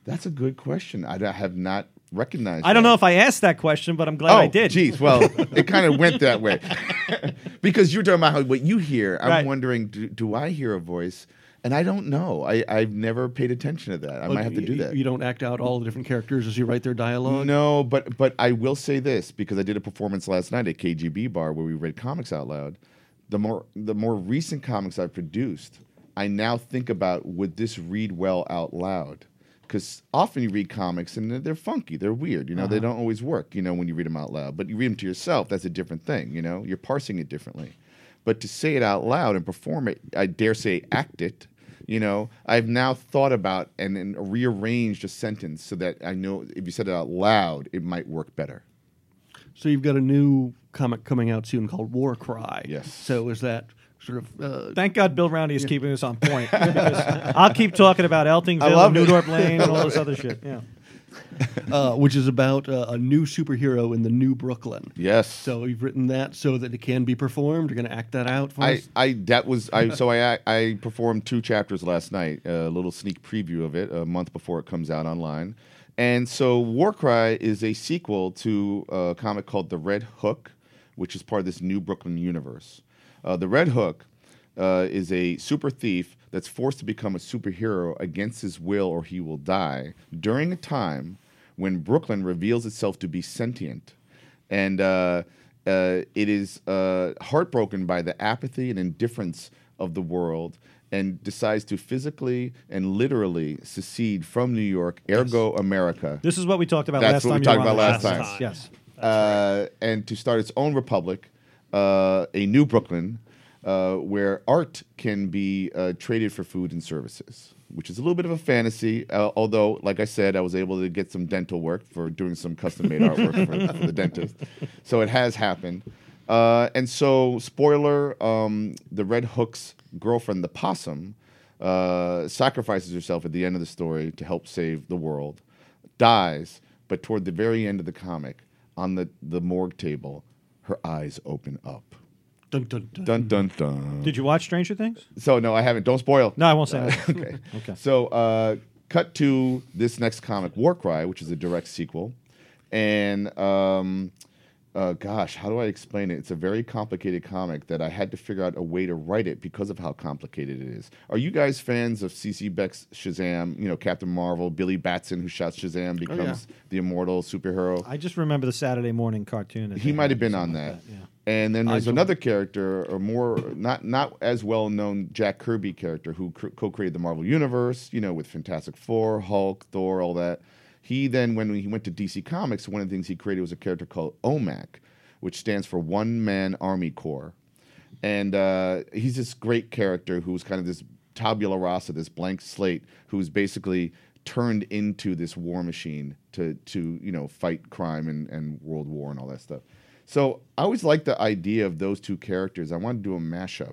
Speaker 3: That's a good question. I, d- I have not recognized.
Speaker 1: I don't
Speaker 3: that.
Speaker 1: know if I asked that question, but I'm
Speaker 3: Oh,
Speaker 1: glad I did.
Speaker 3: Geez, well, it kind of went that way because you're talking about how, what you hear. I'm
Speaker 1: Right.
Speaker 3: wondering, do, do I hear a voice? And I don't know. I, I've never paid attention to that. I might have to do
Speaker 2: You-
Speaker 3: that.
Speaker 2: You don't act out all the different characters as you write their dialogue.
Speaker 3: No, but but I will say this because I did a performance last night at KGB Bar where we read comics out loud. The more the more recent comics I've produced, I now think about would this read well out loud? Because often you read comics and they're- they're funky, they're weird, you know, they don't always work, you know, when you read them out loud. But you read them to yourself, that's a different thing, you know, you're parsing it differently. But to say it out loud and perform it, I dare say act it, you know, I've now thought about and, and rearranged a sentence so that I know if you said it out loud, it might work better.
Speaker 2: So you've got a new comic coming out soon called War Cry.
Speaker 3: Yes.
Speaker 2: So is that sort of uh,
Speaker 1: Thank God Bill Roundy is keeping us on point. because I'll keep talking about Eltingville,
Speaker 3: love
Speaker 1: and
Speaker 3: it.
Speaker 1: Newdorp Lane, and all this other shit. Yeah.
Speaker 2: uh, which is about uh, a new superhero in the new Brooklyn.
Speaker 3: Yes.
Speaker 2: So you've written that so that it can be performed. You're going to act that out for
Speaker 3: I,
Speaker 2: us.
Speaker 3: I that was I so I I performed two chapters last night, a little sneak preview of it a month before it comes out online. And so Warcry is a sequel to a comic called The Red Hook, which is part of this new Brooklyn universe. Uh, the Red Hook uh, is a super thief that's forced to become a superhero against his will or he will die during a time when Brooklyn reveals itself to be sentient and uh, uh, it is uh, heartbroken by the apathy and indifference of the world and decides to physically and literally secede from New York, ergo America,
Speaker 1: This is what we talked about last
Speaker 3: That's what we
Speaker 1: time. you
Speaker 3: talked
Speaker 1: were on
Speaker 3: about
Speaker 1: the
Speaker 3: last
Speaker 1: podcast.
Speaker 4: time.
Speaker 1: Yes.
Speaker 3: uh, and to start its own republic, uh, a new Brooklyn, uh, where art can be uh, traded for food and services, which is a little bit of a fantasy. Uh, although, like I said, I was able to get some dental work for doing some custom made artwork for, for the dentist. So it has happened. Uh, and so, spoiler: um, the Red Hook's girlfriend, the possum, uh, sacrifices herself at the end of the story to help save the world dies, but toward the very end of the comic, on the, the morgue table, her eyes open up.
Speaker 2: Dun, dun, dun.
Speaker 3: Dun dun dun.
Speaker 1: Did you watch Stranger Things?
Speaker 3: So no, I haven't. Don't spoil.
Speaker 1: No, I won't say that.
Speaker 3: okay.
Speaker 1: Okay.
Speaker 3: So uh, cut to this next comic, War Cry, which is a direct sequel, and um, uh, gosh, how do I explain it? It's a very complicated comic that I had to figure out a way to write it because of how complicated it is. Are you guys fans of CC Beck's Shazam? You know, Captain Marvel, Billy Batson, who shouts Shazam, becomes the immortal superhero.
Speaker 1: I just remember the Saturday morning cartoon. that
Speaker 3: He
Speaker 1: they
Speaker 3: might
Speaker 1: had,
Speaker 3: have been on
Speaker 1: something
Speaker 3: that.
Speaker 1: like Yeah.
Speaker 3: And then there's
Speaker 2: Nigel.
Speaker 3: another character, or more not not as well known Jack Kirby character who cr- co-created the Marvel Universe, you know, with Fantastic Four, Hulk, Thor, all that. He then, when he went to DC Comics, one of the things he created was a character called OMAC, which stands for One Man Army Corps and uh, he's this great character who's kind of this tabula rasa, this blank slate, who's basically turned into this war machine to to you know fight crime and, and world war and all that stuff. So I always liked the idea of those two characters. I wanted to do a mashup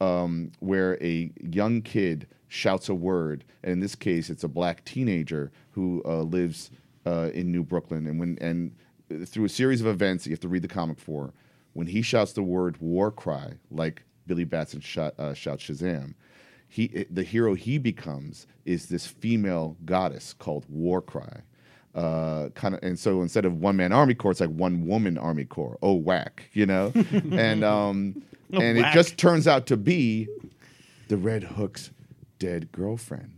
Speaker 3: um, where a young kid shouts a word, and in this case, it's a black teenager who uh, lives uh, in New Brooklyn, and when and uh, through a series of events that you have to read the comic for, when he shouts the word war cry, like Billy Batson shot, uh, shouts Shazam, he i- the hero he becomes is this female goddess called War Cry. Uh, kind of, and so instead of one man army corps, it's like one woman army corps. Oh, whack, you know, and um, and it
Speaker 1: Whack.
Speaker 3: just turns out to be the Red Hook's dead girlfriend.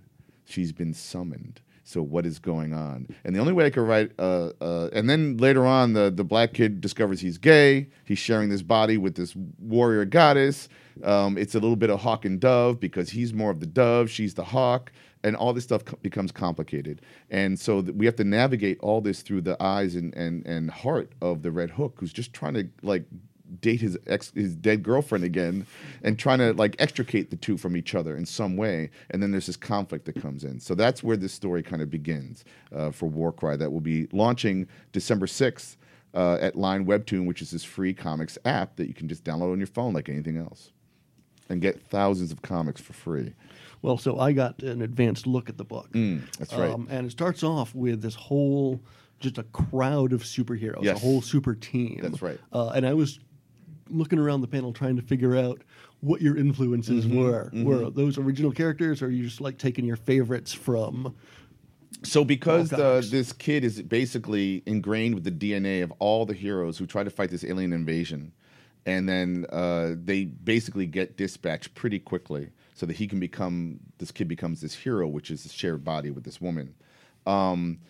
Speaker 3: She's been summoned. So what is going on? And the only way I could write, uh, uh, and then later on, the the black kid discovers he's gay. He's sharing this body with this warrior goddess. Um, it's a little bit of hawk and dove because he's more of the dove, she's the hawk, and all this stuff co- becomes complicated. And so th- we have to navigate all this through the eyes and and and heart of the Red Hook, who's just trying to like date his ex his dead girlfriend again and trying to like extricate the two from each other in some way and then there's this conflict that comes in so that's where this story kind of begins uh, for warcry that will be launching december 6th uh, at line webtoon which is this free comics app that you can just download on your phone like anything else and get thousands of comics for free
Speaker 2: Well, so I got an advanced look at the book.
Speaker 3: Mm,
Speaker 2: Um,
Speaker 3: that's right.
Speaker 2: and it starts off with this whole, just a crowd of superheroes, a
Speaker 3: Yes.
Speaker 2: whole super team.
Speaker 3: That's right.
Speaker 2: Uh, and I was looking around the panel trying to figure out what your influences
Speaker 3: Mm-hmm,
Speaker 2: were. Were those original characters, or are you just like taking your favorites from?
Speaker 3: So because the,
Speaker 2: comics.
Speaker 3: this kid is basically ingrained with the DNA of all the heroes who try to fight this alien invasion, and then uh, they basically get dispatched pretty quickly, so that he can become this kid becomes this hero, which is a shared body with this woman. Um,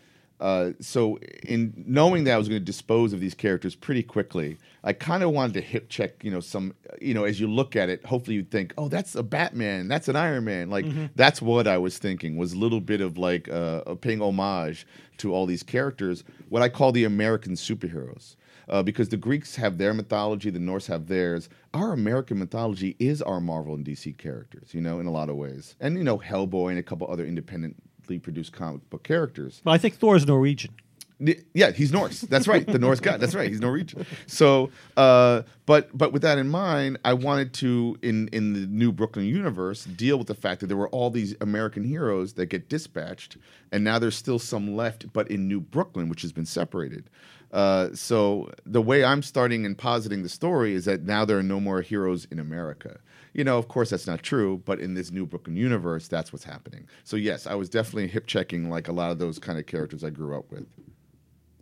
Speaker 3: uh, so in knowing that I was going to dispose of these characters pretty quickly, I kind of wanted to hip check, you know, some, you know, as you look at it, hopefully you think, oh, that's a Batman, that's an Iron Man, like that's what I was thinking was a little bit of like uh, a paying homage to all these characters, what I call the American superheroes. Uh, because the Greeks have their mythology, the Norse have theirs. Our American mythology is our Marvel and DC characters, you know, in a lot of ways. And, you know, Hellboy and a couple other independently produced comic book characters.
Speaker 1: Well, I think Thor's Norwegian.
Speaker 3: N- Yeah, he's Norse. That's right. The Norse god. That's right. He's Norwegian. So, uh, but but with that in mind, I wanted to in in the new Brooklyn universe deal with the fact that there were all these American heroes that get dispatched, and now there's still some left, but in New Brooklyn, which has been separated. Uh, so the way I'm starting and positing the story is that now there are no more heroes in America. You know, of course, that's not true, but in this new Brooklyn universe, that's what's happening. So yes, I was definitely hip checking like a lot of those kind of characters I grew up with.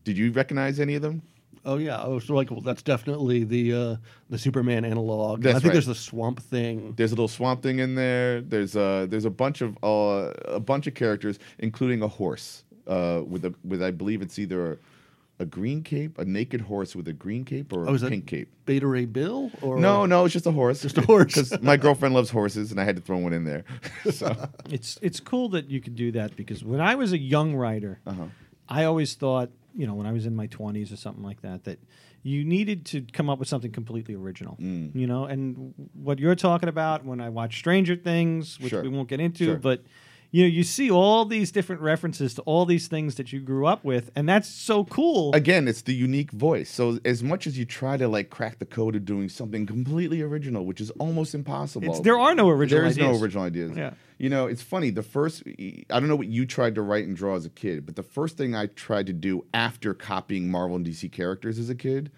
Speaker 3: Did you recognize any of them?
Speaker 2: Oh yeah, I was like, well, that's definitely the uh, the Superman analog.
Speaker 3: That's
Speaker 2: I think
Speaker 3: right.
Speaker 2: there's the Swamp Thing.
Speaker 3: There's a little swamp thing in there. There's a there's a bunch of uh, a bunch of characters, including a horse uh, with a with I believe it's either a, a green cape, a naked horse with a green cape, or
Speaker 2: Oh, is
Speaker 3: a
Speaker 2: that
Speaker 3: pink cape.
Speaker 2: Beta Ray Bill? Or
Speaker 3: No, no, it's just a horse.
Speaker 2: Just a horse.
Speaker 3: Because my girlfriend loves horses, and I had to throw one in there. so
Speaker 1: It's it's cool that you could do that because when I was a young writer,
Speaker 3: Uh-huh.
Speaker 1: I always thought, you know, when I was in my twenties or something like that, that you needed to come up with something completely original.
Speaker 3: Mm.
Speaker 1: You know, and what you're talking about when I watch Stranger Things, which
Speaker 3: Sure.
Speaker 1: we won't get into,
Speaker 3: Sure.
Speaker 1: but you know, you see all these different references to all these things that you grew up with, and that's so cool.
Speaker 3: again, it's the unique voice. So as much as you try to like crack the code of doing something completely original, which is almost impossible,
Speaker 1: It's- there are no original
Speaker 3: There is
Speaker 1: ideas.
Speaker 3: no original ideas.
Speaker 1: Yeah.
Speaker 3: You know, it's funny. The first, I don't know what you tried to write and draw as a kid, but the first thing I tried to do after copying Marvel and DC characters as a kid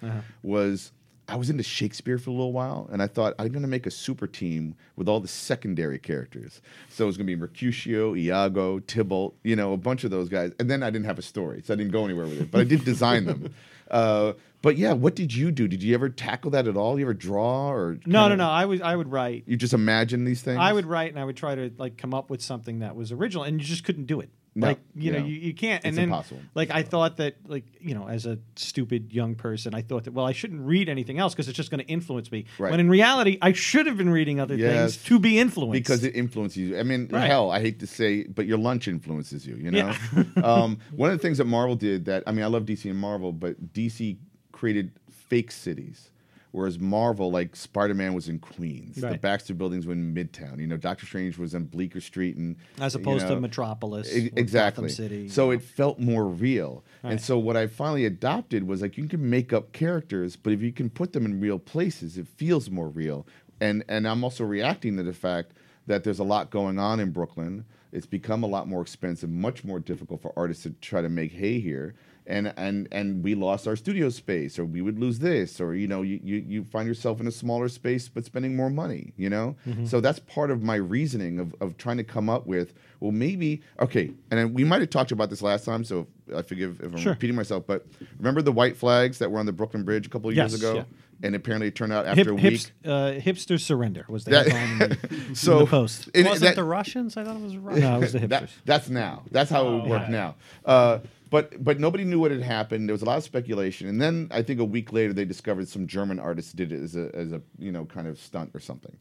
Speaker 3: was I was into Shakespeare for a little while, and I thought I'm going to make a super team with all the secondary characters. So it was going to be Mercutio, Iago, Tybalt, you know, a bunch of those guys. And then I didn't have a story, so I didn't go anywhere with it, but I did design them. Uh, but yeah, what did you do? Did you ever tackle that at all? You ever draw or
Speaker 1: no, no,
Speaker 3: kinda-
Speaker 1: no. I was I would write.
Speaker 3: You just imagine these things.
Speaker 1: I would write and I would try to like come up with something that was original, and you just couldn't do it.
Speaker 3: No,
Speaker 1: like you know,
Speaker 3: yeah.
Speaker 1: you, you can't. And
Speaker 3: It's
Speaker 1: then,
Speaker 3: impossible.
Speaker 1: like I thought that, like you know, as a stupid young person, I thought that well, I shouldn't read anything else because it's just going to influence me.
Speaker 3: Right.
Speaker 1: When in reality, I should have been reading other
Speaker 3: Yes.
Speaker 1: things to be influenced.
Speaker 3: because it influences you. I mean,
Speaker 1: Right.
Speaker 3: hell, I hate to say, but your lunch influences you. You know,
Speaker 1: Yeah.
Speaker 3: um, one of the things that Marvel did that I mean, I love DC and Marvel, but DC created fake cities, whereas Marvel, like Spider Man, was in Queens. The
Speaker 1: Right.
Speaker 3: Baxter Buildings were in Midtown. You know, Doctor Strange was on Bleecker Street, and
Speaker 1: as
Speaker 3: you
Speaker 1: opposed
Speaker 3: know,
Speaker 1: to Metropolis,
Speaker 3: E-
Speaker 1: or
Speaker 3: exactly.
Speaker 1: Gotham City.
Speaker 3: So it felt more real.
Speaker 1: Right.
Speaker 3: And so what I finally adopted was like you can make up characters, but if you can put them in real places, it feels more real. And and I'm also reacting to the fact that there's a lot going on in Brooklyn. It's become a lot more expensive, much more difficult for artists to try to make hay here. And and and we lost our studio space, or we would lose this, or you know, you you, you find yourself in a smaller space but spending more money, you know?
Speaker 1: Mm-hmm.
Speaker 3: So that's part of my reasoning of, of trying to come up with, well, maybe okay, and then we might have talked about this last time, so I forgive if I'm
Speaker 1: Sure.
Speaker 3: repeating myself, but remember the white flags that were on the Brooklyn Bridge a couple of years
Speaker 1: Yes,
Speaker 3: ago?
Speaker 1: yeah.
Speaker 3: And apparently it turned out after
Speaker 1: Hip,
Speaker 3: a week.
Speaker 1: hips, uh, hipster surrender was the
Speaker 3: That-
Speaker 1: headline in the- in
Speaker 3: so
Speaker 1: the post.
Speaker 3: and
Speaker 4: Wasn't
Speaker 3: that-
Speaker 4: the Russians? I thought it was Russians.
Speaker 1: No, it was the hipsters.
Speaker 3: that, that's now. That's how it would
Speaker 4: Oh,
Speaker 3: work
Speaker 4: yeah.
Speaker 3: now. Uh, but but nobody knew what had happened. There was a lot of speculation, and then I think a week later they discovered some German artists did it as a as a you know kind of stunt or something.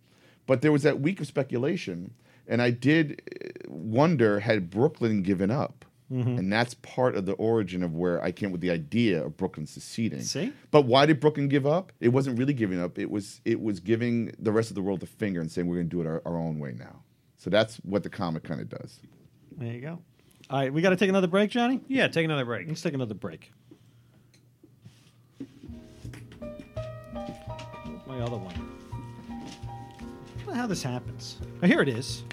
Speaker 3: But there was that week of speculation, and I did uh, wonder had Brooklyn given up, and that's part of the origin of where I came with the idea of Brooklyn seceding.
Speaker 1: See?
Speaker 3: But why did Brooklyn give up? It wasn't really giving up. It was it was giving the rest of the world the finger and saying we're going to do it our, our own way now. So that's what the comic kind of does.
Speaker 1: there you go. All right, we got to take another break, Johnny.
Speaker 4: Yeah, take another break.
Speaker 1: Let's take another break. My other one. I don't know how this happens. Oh, here it is.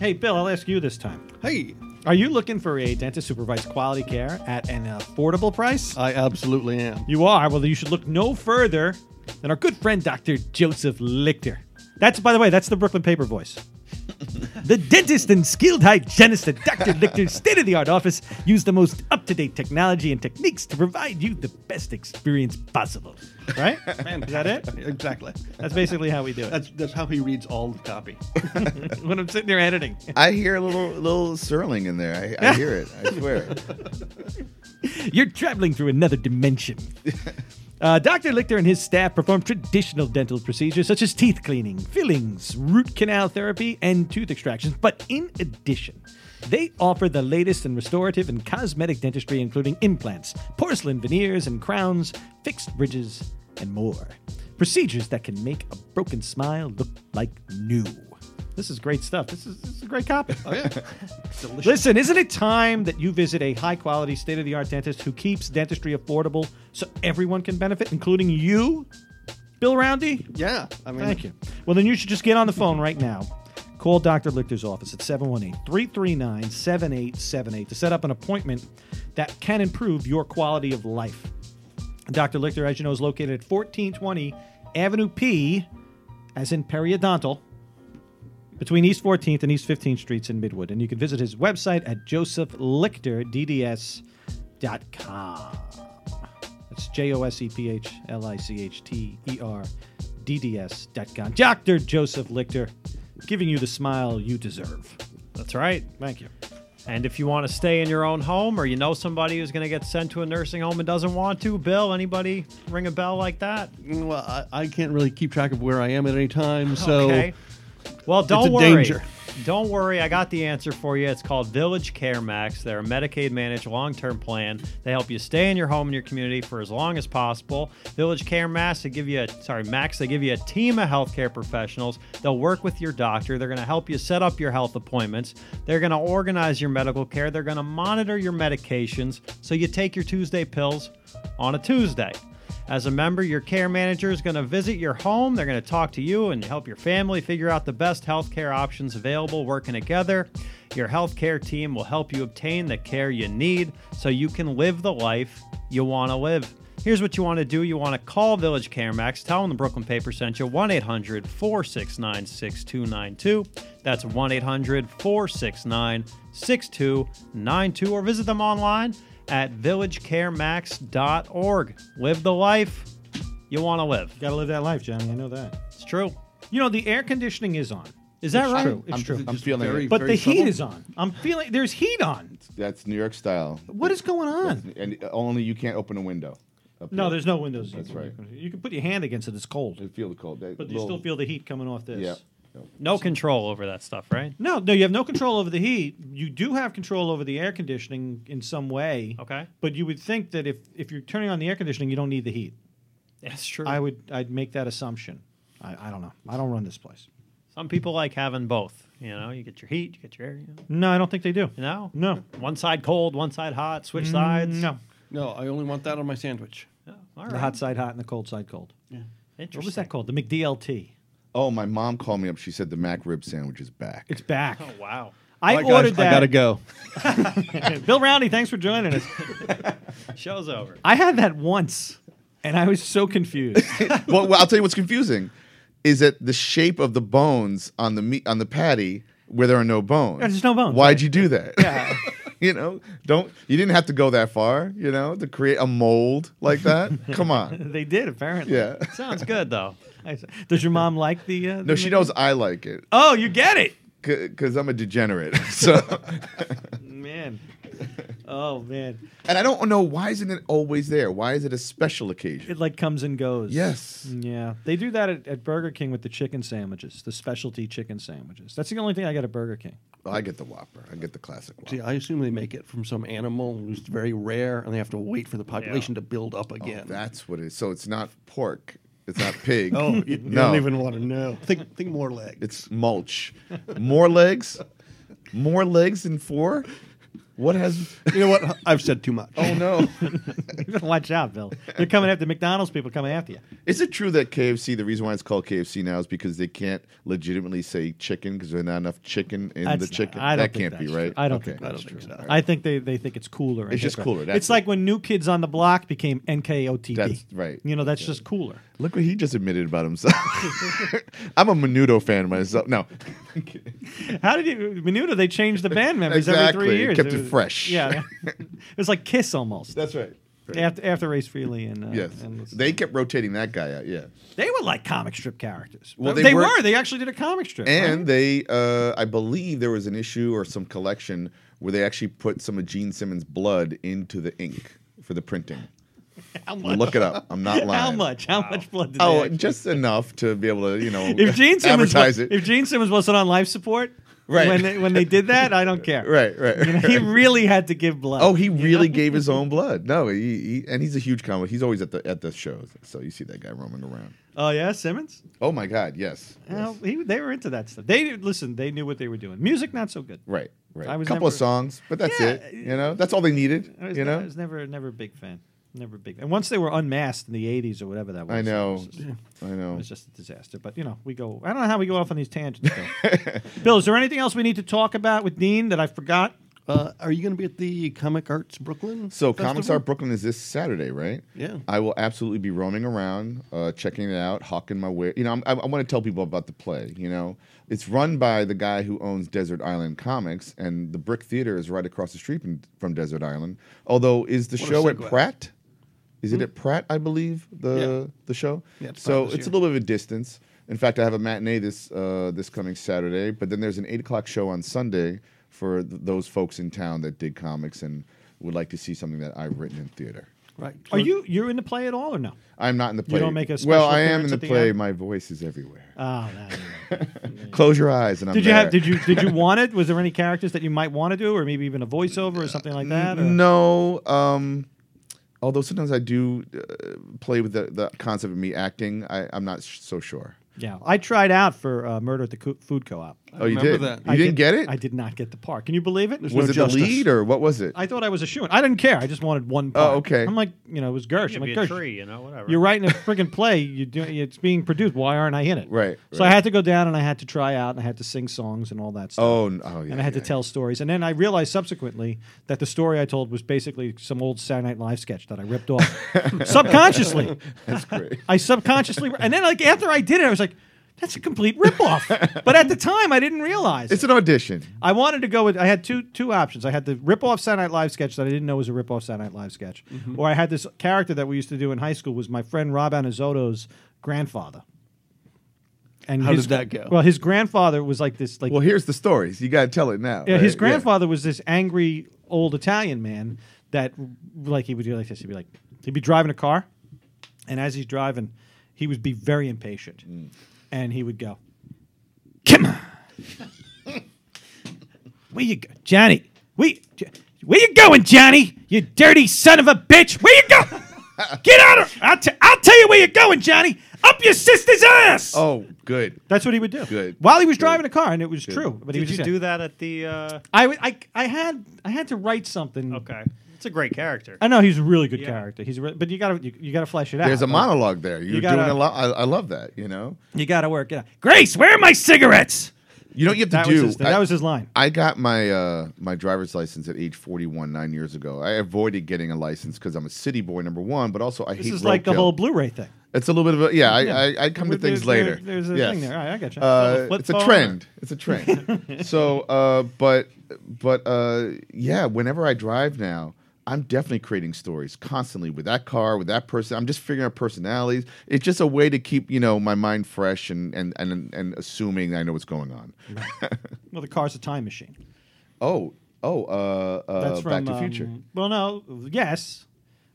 Speaker 1: Hey, Bill, I'll ask you this time.
Speaker 2: Hey,
Speaker 1: Are you looking for a dentist who provides quality care at an affordable price?
Speaker 2: I absolutely am.
Speaker 1: you are. Well, then you should look no further than our good friend, Dr. Joseph Lichter. That's, by the way, that's the Brooklyn paper voice. The dentist and skilled hygienist at Dr. Lichter's state of the art office use the most up to date technology and techniques to provide you the best experience possible. Right? Is that it?
Speaker 2: Exactly.
Speaker 1: That's basically how we do it.
Speaker 2: That's that's how he reads all the copy.
Speaker 1: when I'm sitting there editing.
Speaker 3: I hear a little little swirling in there. I, I hear it. I swear.
Speaker 1: You're traveling through another dimension. Uh, Dr. Lichter and his staff perform traditional dental procedures such as teeth cleaning, fillings, root canal therapy, and tooth extractions. But in addition, they offer the latest in restorative and cosmetic dentistry, including implants, porcelain veneers and crowns, fixed bridges, and more. Procedures that can make a broken smile look like new. This is great stuff. This is, this is a great copy.
Speaker 2: Oh yeah, delicious.
Speaker 1: Listen, isn't it time that you visit a high quality, state of the art dentist who keeps dentistry affordable so everyone can benefit, including you, Bill Roundy?
Speaker 2: Yeah, I mean,
Speaker 1: Thank you. Well, then you should just get on the phone right now. Call Dr. Lichter's office at 718 339 7878 to set up an appointment that can improve your quality of life. Dr. Lichter, as you know, is located at 1420 Avenue P, as in periodontal, between East 14th and East 15th Streets in Midwood. And you can visit his website at josephlichterdds.com. That's J O S E P H L I C H T E R D D S dot com. Dr. Joseph Lichter, giving you the smile you deserve.
Speaker 4: That's right.
Speaker 1: Thank you.
Speaker 4: And if you want to stay in your own home or you know somebody who's going to get sent to a nursing home and doesn't want to, Bill, anybody ring a bell like that?
Speaker 2: Well, I, I can't really keep track of where I am at any time, Um, so
Speaker 4: Well, don't
Speaker 2: a
Speaker 4: worry.
Speaker 2: danger.
Speaker 4: Don't worry, I got the answer for you. It's called Village Care Max. They're a Medicaid managed long term plan. They help you stay in your home and your community for as long as possible. Village Care Max, they give you a, sorry, Max, they give you a team of healthcare professionals. They'll work with your doctor. They're going to help you set up your health appointments. They're going to organize your medical care. They're going to monitor your medications so you take your Tuesday pills on a Tuesday. As a member, your care manager is going to visit your home. They're going to talk to you and help your family figure out the best healthcare options available working together. Your healthcare team will help you obtain the care you need so you can live the life you want to live. Here's what you want to do. You want to call Village Care Max. Tell them the Brooklyn Paper sent you 1 800 469 6292. That's 1 800 469 6292. Or visit them online at villagecaremax.org. Live the life you want to live.
Speaker 1: Gotta live that life, Johnny. I know that.
Speaker 4: It's true.
Speaker 1: You know, the air conditioning is on.
Speaker 4: Is that right?
Speaker 1: true. It's
Speaker 3: I'm,
Speaker 1: true.
Speaker 3: I'm
Speaker 2: Just
Speaker 3: feeling
Speaker 2: very-
Speaker 3: it.
Speaker 1: But the
Speaker 2: subtle.
Speaker 1: heat is on. I'm feeling there's heat on.
Speaker 3: That's New York style.
Speaker 1: What is going on?
Speaker 3: And only you can't open a window. up
Speaker 1: No,
Speaker 3: here.
Speaker 1: there's no windows.
Speaker 3: That's
Speaker 1: either.
Speaker 3: right.
Speaker 1: You can put your hand against it. It's cold,
Speaker 3: You feel the cold. That
Speaker 1: but you
Speaker 3: little-
Speaker 1: still feel the heat coming off this.
Speaker 3: Yeah.
Speaker 4: No control over that stuff, right?
Speaker 1: No, no, you have no control over the heat. You do have control over the air conditioning in some way.
Speaker 4: Okay.
Speaker 1: But you would think that if if you're turning on the air conditioning, you don't need the heat.
Speaker 4: That's true.
Speaker 1: I would I'd make that assumption. I, I don't know. I don't run this place.
Speaker 4: Some people like having both. You know, you get your heat, you get your air. You know?
Speaker 1: No, I don't think they do.
Speaker 4: No?
Speaker 1: No. Mm,
Speaker 4: One side cold, one side hot, switch sides.
Speaker 1: No.
Speaker 2: No, I only want that on my sandwich.
Speaker 4: Yeah, All right.
Speaker 1: The hot side hot and the cold side cold.
Speaker 4: Interesting.
Speaker 1: What was that called? The McDLT.
Speaker 3: Oh, my mom called me up. She said the Mac rib sandwich is back.
Speaker 1: It's back.
Speaker 4: Oh, wow.
Speaker 1: I
Speaker 2: All right, guys,
Speaker 1: ordered that.
Speaker 2: I gotta go.
Speaker 1: Bill Rowney, thanks for joining us.
Speaker 4: Show's over.
Speaker 1: I had that once, and I was so confused.
Speaker 3: well, well, I'll tell you what's confusing is that the shape of the bones on the meat on the patty where there are no bones.
Speaker 1: Yeah, there's no bones,
Speaker 3: Why'd
Speaker 1: right.
Speaker 3: you do that? Yeah. you know, don't you didn't have to go that far, you know, to create a mold like that. Come on.
Speaker 1: they did apparently.
Speaker 3: Yeah.
Speaker 4: Sounds good, though.
Speaker 1: I said, Does your mom like the? Uh,
Speaker 3: No, she knows I like it
Speaker 1: Oh, you get it,
Speaker 3: because I'm a degenerate. So,
Speaker 1: man. Oh man,
Speaker 3: and I don't know why isn't it always there? Why is it a special occasion?
Speaker 1: it like comes and goes.
Speaker 3: Yes.
Speaker 1: Yeah, they do that at, at Burger King with the chicken sandwiches, the specialty chicken sandwiches. That's the only thing I got at Burger King.
Speaker 3: I get the Whopper. I get the classic Whopper.
Speaker 2: See, I assume they make it from some animal who's very rare, and they have to wait for the population to build up
Speaker 3: Oh,
Speaker 2: again.
Speaker 3: that's what it is. So it's not pork. It's not pig.
Speaker 2: oh, you, you
Speaker 3: No.
Speaker 2: don't even want to know. Think, think more leg.
Speaker 3: It's mulch. More legs? More legs than four? What has.
Speaker 2: you know what? I've said too much.
Speaker 3: Oh, no.
Speaker 1: You better Watch out, Bill. They're coming after McDonald's people coming after you.
Speaker 3: is it true that KFC, the reason why it's called KFC now is because they can't legitimately say chicken because there's not enough chicken in
Speaker 1: That's
Speaker 3: the
Speaker 1: not-
Speaker 3: chicken?
Speaker 1: I don't
Speaker 3: that
Speaker 1: think
Speaker 3: can't be
Speaker 1: that's
Speaker 3: right.
Speaker 1: true. I don't think
Speaker 2: I
Speaker 1: that's
Speaker 2: don't think so.
Speaker 1: I think they, they think it's cooler. and
Speaker 3: It's just
Speaker 1: hipper.
Speaker 3: cooler, that's
Speaker 1: it's like when New Kids on the Block became NKOTB.
Speaker 3: That's right.
Speaker 1: You know, that's just cooler.
Speaker 3: Look what he just admitted about himself. I'm a Menudo fan myself. No.
Speaker 1: How did you Menudo? They changed the band members every
Speaker 3: Exactly.
Speaker 1: three years.
Speaker 3: Kept it
Speaker 1: was-
Speaker 3: fresh.
Speaker 1: Yeah, it was like Kiss almost.
Speaker 3: That's right.
Speaker 1: after after Race Freely and uh,
Speaker 3: Yes.
Speaker 1: and
Speaker 3: They kept rotating that guy out. Yeah.
Speaker 1: they were like comic strip characters.
Speaker 3: Well,
Speaker 1: they,
Speaker 3: they
Speaker 1: were,
Speaker 3: were-
Speaker 1: They actually did a comic strip.
Speaker 3: And
Speaker 1: right?
Speaker 3: they, uh, I believe there was an issue or some collection where they actually put some of Gene Simmons' blood into the ink for the printing.
Speaker 1: how much?
Speaker 3: Look it up. I'm not lying.
Speaker 1: How much? How much blood did
Speaker 3: Oh,
Speaker 1: they? actually-
Speaker 3: just enough to be able to, you know,
Speaker 1: If Gene Simmons,
Speaker 3: advertise
Speaker 1: wa-
Speaker 3: it.
Speaker 1: if Gene Simmons wasn't on life support,
Speaker 3: Right.
Speaker 1: When they, when they did that, I don't care.
Speaker 3: right, right.
Speaker 1: You know, he really had to give blood.
Speaker 3: Oh, he really gave his own blood. No, he, he and he's a huge comic. He's always at the at the shows, so you see that guy roaming around.
Speaker 1: oh yeah, Simmons.
Speaker 3: Oh my God, yes, yes.
Speaker 1: Well, he, they were into that stuff. They listen. They knew what they were doing. Music, not so good.
Speaker 3: right, right.
Speaker 1: I
Speaker 3: A
Speaker 1: was
Speaker 3: couple of
Speaker 1: never-
Speaker 3: songs, but that's
Speaker 1: Yeah.
Speaker 3: it. You know, that's all they needed.
Speaker 1: I was,
Speaker 3: You
Speaker 1: ne-
Speaker 3: know,
Speaker 1: I was never, never a big fan. Never a big. And once they were unmasked in the '80s or whatever that was,
Speaker 3: I
Speaker 1: it
Speaker 3: know,
Speaker 1: was just- It
Speaker 3: I know.
Speaker 1: was just a disaster, but you know, we go. I don't know how we go off on these tangents. Bill, Bill is there anything else we need to talk about with Dean that I forgot?
Speaker 2: Uh, are you going to be at the Comic Arts Brooklyn?
Speaker 3: So
Speaker 2: Festival?
Speaker 3: Comics Art Brooklyn is this Saturday, right?
Speaker 2: Yeah.
Speaker 3: I will absolutely be roaming around, uh, checking it out, hawking my way. You know, I'm, I, I want to tell people about the play. You know, it's run by the guy who owns Desert Island Comics, and the Brick Theater is right across the street from, from Desert Island. Although, is the
Speaker 2: What a
Speaker 3: show at
Speaker 2: segue. Hmm?
Speaker 3: Pratt? Is it at Pratt? I believe the
Speaker 2: Yeah.
Speaker 3: the show.
Speaker 2: Yeah, it's Pratt
Speaker 3: so
Speaker 2: this
Speaker 3: it's a
Speaker 2: year.
Speaker 3: little bit of a distance. In fact, I have a matinee this uh, this coming Saturday, but then there's an eight o'clock show on Sunday for th- those folks in town that dig comics and would like to see something that I've written in theater.
Speaker 2: Right.
Speaker 1: Are you you're in the play at all or no?
Speaker 3: I'm not in the play.
Speaker 1: don't make a special
Speaker 3: well. I am
Speaker 1: appearance
Speaker 3: in the
Speaker 1: at the
Speaker 3: play.
Speaker 1: end?
Speaker 3: My voice is everywhere.
Speaker 1: Oh, no, no, no.
Speaker 3: Close your eyes, and I'm.
Speaker 1: did you have?
Speaker 3: there.
Speaker 1: Did you did you want it? Was there any characters that you might want to do, or maybe even a voiceover or something like that? or-
Speaker 3: No. Um, although sometimes I do uh, play with the, the concept of me acting. I, I'm not sh- so sure.
Speaker 1: Yeah, I tried out for uh, Murder at the Co- Food Co-op.
Speaker 3: oh, you
Speaker 2: remember
Speaker 3: did.
Speaker 2: that.
Speaker 3: You
Speaker 1: I
Speaker 3: didn't
Speaker 1: did-
Speaker 3: get it.
Speaker 1: I did not get the part. Can you believe it?
Speaker 2: There's
Speaker 3: was
Speaker 2: no
Speaker 3: it
Speaker 2: justice.
Speaker 3: the lead or what was it?
Speaker 1: I thought I was a shoo I didn't care. I just wanted one part.
Speaker 3: Oh, okay.
Speaker 1: I'm like, you know, it was Gersh.
Speaker 4: You
Speaker 1: I'm
Speaker 4: could
Speaker 1: like,
Speaker 4: be a
Speaker 1: Gersh,
Speaker 4: tree, you know, whatever.
Speaker 1: you're writing a freaking play. You do, it's being produced. Why aren't I in it?
Speaker 3: Right,
Speaker 1: So I
Speaker 3: right.
Speaker 1: had to go down and I had to try out and I had to sing songs and all that stuff.
Speaker 3: Oh, n- oh yeah.
Speaker 1: and I had
Speaker 3: yeah,
Speaker 1: to tell stories. And then I realized subsequently that the story I told was basically some old Saturday Night Live sketch that I ripped off subconsciously.
Speaker 3: That's great.
Speaker 1: I subconsciously, and then like after I did it, I was like, that's a complete ripoff. but at the time, I didn't realize. it.
Speaker 3: It's an audition.
Speaker 1: I wanted to go with. I had two two options. I had the rip off Saturday Night Live sketch that I didn't know was a rip off Saturday Night Live sketch,
Speaker 2: Mm-hmm.
Speaker 1: or I had this character that we used to do in high school was my friend Rob Anizotto's grandfather. And
Speaker 2: How
Speaker 1: his-
Speaker 2: did that go?
Speaker 1: Well, his grandfather was like this, like
Speaker 3: Well, here's the stories. You got to tell it now.
Speaker 1: Yeah, his
Speaker 3: right?
Speaker 1: grandfather was this angry old Italian man that, like, he would do like this. He'd be like, he'd be driving a car, and as he's driving, he would be very impatient, and he would go, "Come on, where you go, Johnny? We, where you going, Johnny? You dirty son of a bitch! Where you go? Get out of! I'll, t- I'll tell you where you're going, Johnny. Up your sister's ass."
Speaker 3: Yeah. Oh, good.
Speaker 1: That's what he would do.
Speaker 3: Good.
Speaker 1: While he was driving a car, and it was true. But he was
Speaker 4: Did you
Speaker 1: just-
Speaker 4: do that at the? Uh,
Speaker 1: I, w- I- I had I had to write something.
Speaker 4: okay, it's a great character.
Speaker 1: I know he's a really good
Speaker 4: Yeah.
Speaker 1: character. He's a re- but you gotta you, you gotta flesh it out.
Speaker 3: There's a
Speaker 1: Like,
Speaker 3: monologue there. You're
Speaker 1: gotta-
Speaker 3: doing a lot. I, I love that. You know.
Speaker 1: You gotta work it out. Grace, where are my cigarettes?
Speaker 3: You know what you have to
Speaker 1: That
Speaker 3: do.
Speaker 1: was his, thing.
Speaker 3: I-
Speaker 1: that was his line.
Speaker 3: I got my uh, my driver's license at age 41 nine years ago. I avoided getting a license because I'm a city boy, number one, but also I
Speaker 1: This
Speaker 3: hate
Speaker 1: is like the
Speaker 3: roadkill.
Speaker 1: whole Blu-ray thing.
Speaker 3: It's a little bit of a yeah. I I, I come to
Speaker 1: There-
Speaker 3: things
Speaker 1: there-
Speaker 3: later.
Speaker 1: There's a
Speaker 3: Yes.
Speaker 1: thing there. All right, I got you.
Speaker 3: Uh,
Speaker 4: flip
Speaker 3: it's a
Speaker 4: phone
Speaker 3: trend. It's a trend. so, uh, but but uh, yeah, whenever I drive now, I'm definitely creating stories constantly with that car, with that person. I'm just figuring out personalities. It's just a way to keep you know my mind fresh and and and, and assuming I know what's going on.
Speaker 1: well, the car's a time machine.
Speaker 3: Oh oh, uh, uh,
Speaker 1: That's
Speaker 3: Back
Speaker 1: from
Speaker 3: to the Future.
Speaker 1: um, well, no, yes,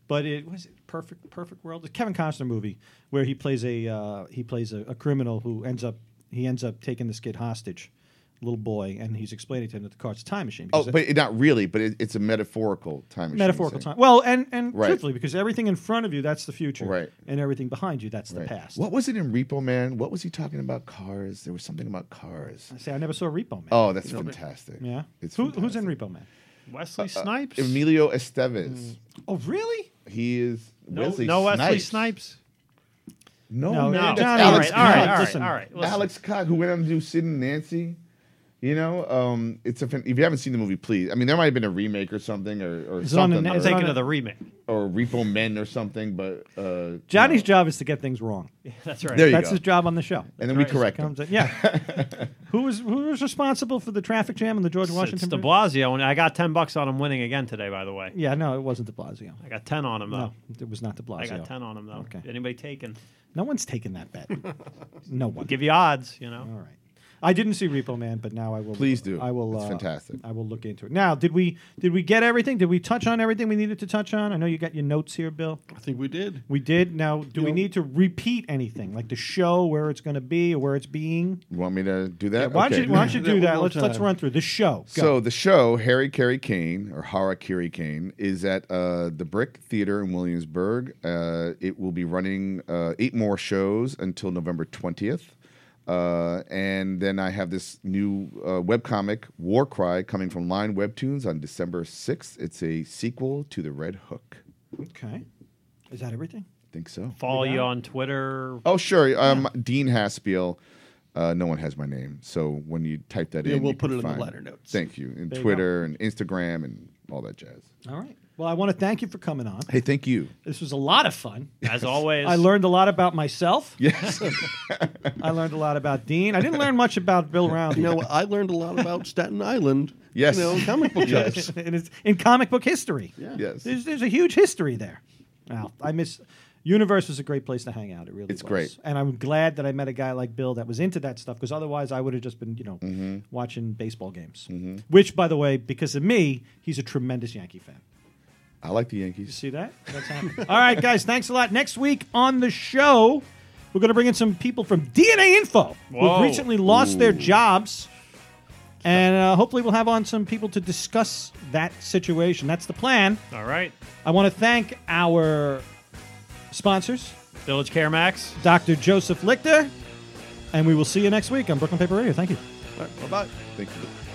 Speaker 1: but it was it perfect. Perfect World, the Kevin Costner movie where he plays a uh, he plays a, a criminal who ends up he ends up taking this kid hostage, little boy, and he's explaining to him that the car's a time machine.
Speaker 3: Oh,
Speaker 1: because
Speaker 3: but it- not really. But it, it's a metaphorical time. machine,
Speaker 1: metaphorical
Speaker 3: you're
Speaker 1: time.
Speaker 3: saying.
Speaker 1: Well, and and
Speaker 3: Right.
Speaker 1: truthfully, because everything in front of you that's the future,
Speaker 3: Right.
Speaker 1: And everything behind you that's the
Speaker 3: Right.
Speaker 1: past.
Speaker 3: What was it in Repo Man? What was he talking about? Cars. There was something about cars.
Speaker 1: I say I never saw Repo Man.
Speaker 3: Oh, that's fantastic.
Speaker 1: yeah.
Speaker 3: it's
Speaker 1: Who, who's in
Speaker 3: fantastic. Uh,
Speaker 1: Repo Man?
Speaker 4: Wesley Snipes.
Speaker 3: Emilio Estevez.
Speaker 1: Oh, really?
Speaker 3: He is
Speaker 4: no,
Speaker 3: Wesley
Speaker 4: no
Speaker 3: Snipes.
Speaker 4: Wesley Snipes.
Speaker 3: No,
Speaker 1: No,
Speaker 3: man,
Speaker 1: no.
Speaker 3: that's
Speaker 1: Johnny,
Speaker 4: all
Speaker 3: Alex
Speaker 4: right, all right,
Speaker 1: Cox,
Speaker 4: all right,
Speaker 1: listen.
Speaker 4: all right. listen.
Speaker 3: Alex Cox, who went on to do Sid and Nancy. You know, um, it's a fan- if you haven't seen the movie, please. I mean, there might have been a remake or something, or, or
Speaker 1: It's on the
Speaker 3: something,
Speaker 1: net-
Speaker 3: or,
Speaker 4: I'm
Speaker 1: it's on
Speaker 4: thinking
Speaker 1: a-
Speaker 4: of the remake.
Speaker 3: or Repo Men or something. But uh,
Speaker 1: Johnny's
Speaker 3: no.
Speaker 1: job is to get things wrong.
Speaker 4: That's right.
Speaker 3: There you
Speaker 1: That's
Speaker 3: go.
Speaker 1: his job on the show.
Speaker 3: and then we
Speaker 4: Right.
Speaker 3: correct him.
Speaker 1: Comes in- yeah. who was who was responsible for the traffic jam on the George
Speaker 4: It's
Speaker 1: Washington?
Speaker 4: De
Speaker 1: Bridge?
Speaker 4: Blasio, and I got ten bucks on him winning again today. By the way,
Speaker 1: yeah, no, it wasn't De Blasio.
Speaker 4: I got ten on him though.
Speaker 1: No, it was not De Blasio.
Speaker 4: Oh. I got ten on him though.
Speaker 1: Okay.
Speaker 4: Anybody taken?
Speaker 1: No one's taking that bet. no one.
Speaker 4: Give you odds, you know.
Speaker 1: All right. I didn't see Repo Man, but now I will.
Speaker 3: Please do.
Speaker 1: I will.
Speaker 3: It's
Speaker 1: uh,
Speaker 3: fantastic.
Speaker 1: I will look into it. Now, did we did we get everything? Did we touch on everything we needed to touch on? I know you got your notes here, Bill.
Speaker 2: I think we did.
Speaker 1: We did. Now, do we
Speaker 2: Yeah.
Speaker 1: need to repeat anything, like the show, where it's going to be, or where it's being?
Speaker 3: You want me to do that?
Speaker 1: Why don't
Speaker 3: Okay.
Speaker 1: you Why don't you
Speaker 2: Do that
Speaker 1: do
Speaker 2: one
Speaker 1: that?
Speaker 2: more
Speaker 1: Let's let's
Speaker 2: time.
Speaker 1: run through the show. Go.
Speaker 3: So the show Harry Carey Kane or Hara Carey Kane is at uh, the Brick Theater in Williamsburg. Uh, it will be running uh, eight more shows until November twentieth, uh, and then I have this new uh, webcomic War Cry coming from Line Webtoons on December sixth. It's a sequel to The Red Hook.
Speaker 1: okay, is that everything?
Speaker 3: I think so.
Speaker 4: Follow
Speaker 1: got
Speaker 4: you
Speaker 1: it.
Speaker 4: on Twitter.
Speaker 3: Oh sure, um, Dean Haspiel. Uh, no one has my name, so when you type that
Speaker 2: Yeah,
Speaker 3: in,
Speaker 2: we'll
Speaker 3: you
Speaker 2: put
Speaker 3: can
Speaker 2: it in the
Speaker 3: find-
Speaker 2: liner notes.
Speaker 3: Thank you, in
Speaker 1: There you go.
Speaker 3: Twitter and Instagram and all that jazz.
Speaker 1: All right. Well, I want to thank you for coming on.
Speaker 3: Hey, thank you.
Speaker 1: This was a lot of fun.
Speaker 4: As always,
Speaker 1: I learned a lot about myself.
Speaker 3: Yes.
Speaker 1: I learned a lot about Dean. I didn't learn much about Bill Roundy.
Speaker 2: You know, I learned a lot about Staten Island.
Speaker 3: Yes.
Speaker 2: You know, comic book shows.
Speaker 1: And it's in comic book history.
Speaker 2: Yeah.
Speaker 3: yes.
Speaker 1: There's, there's a huge history there. Wow, I miss. Universe was a great place to hang out. It really
Speaker 3: It's
Speaker 1: was.
Speaker 3: great.
Speaker 1: And I'm glad that I met a guy like Bill that was into that stuff because otherwise I would have just been, you know,
Speaker 3: Mm-hmm.
Speaker 1: watching baseball games. Which, by the way, because of me, he's a tremendous Yankee fan.
Speaker 3: I like the
Speaker 1: You
Speaker 3: Yankees.
Speaker 1: see that? That's happening. All right, guys, thanks a lot. Next week on the show, we're going to bring in some people from DNA Info
Speaker 4: Whoa.
Speaker 1: who've recently lost their jobs. And uh, hopefully, we'll have on some people to discuss that situation. That's the plan.
Speaker 4: All right,
Speaker 1: I want to thank our sponsors,
Speaker 4: Village Care Max.
Speaker 1: Dr. Joseph Lichter, and we will see you next week on Brooklyn Paper Radio. Thank you.
Speaker 2: All right, bye-bye.
Speaker 3: Thank you.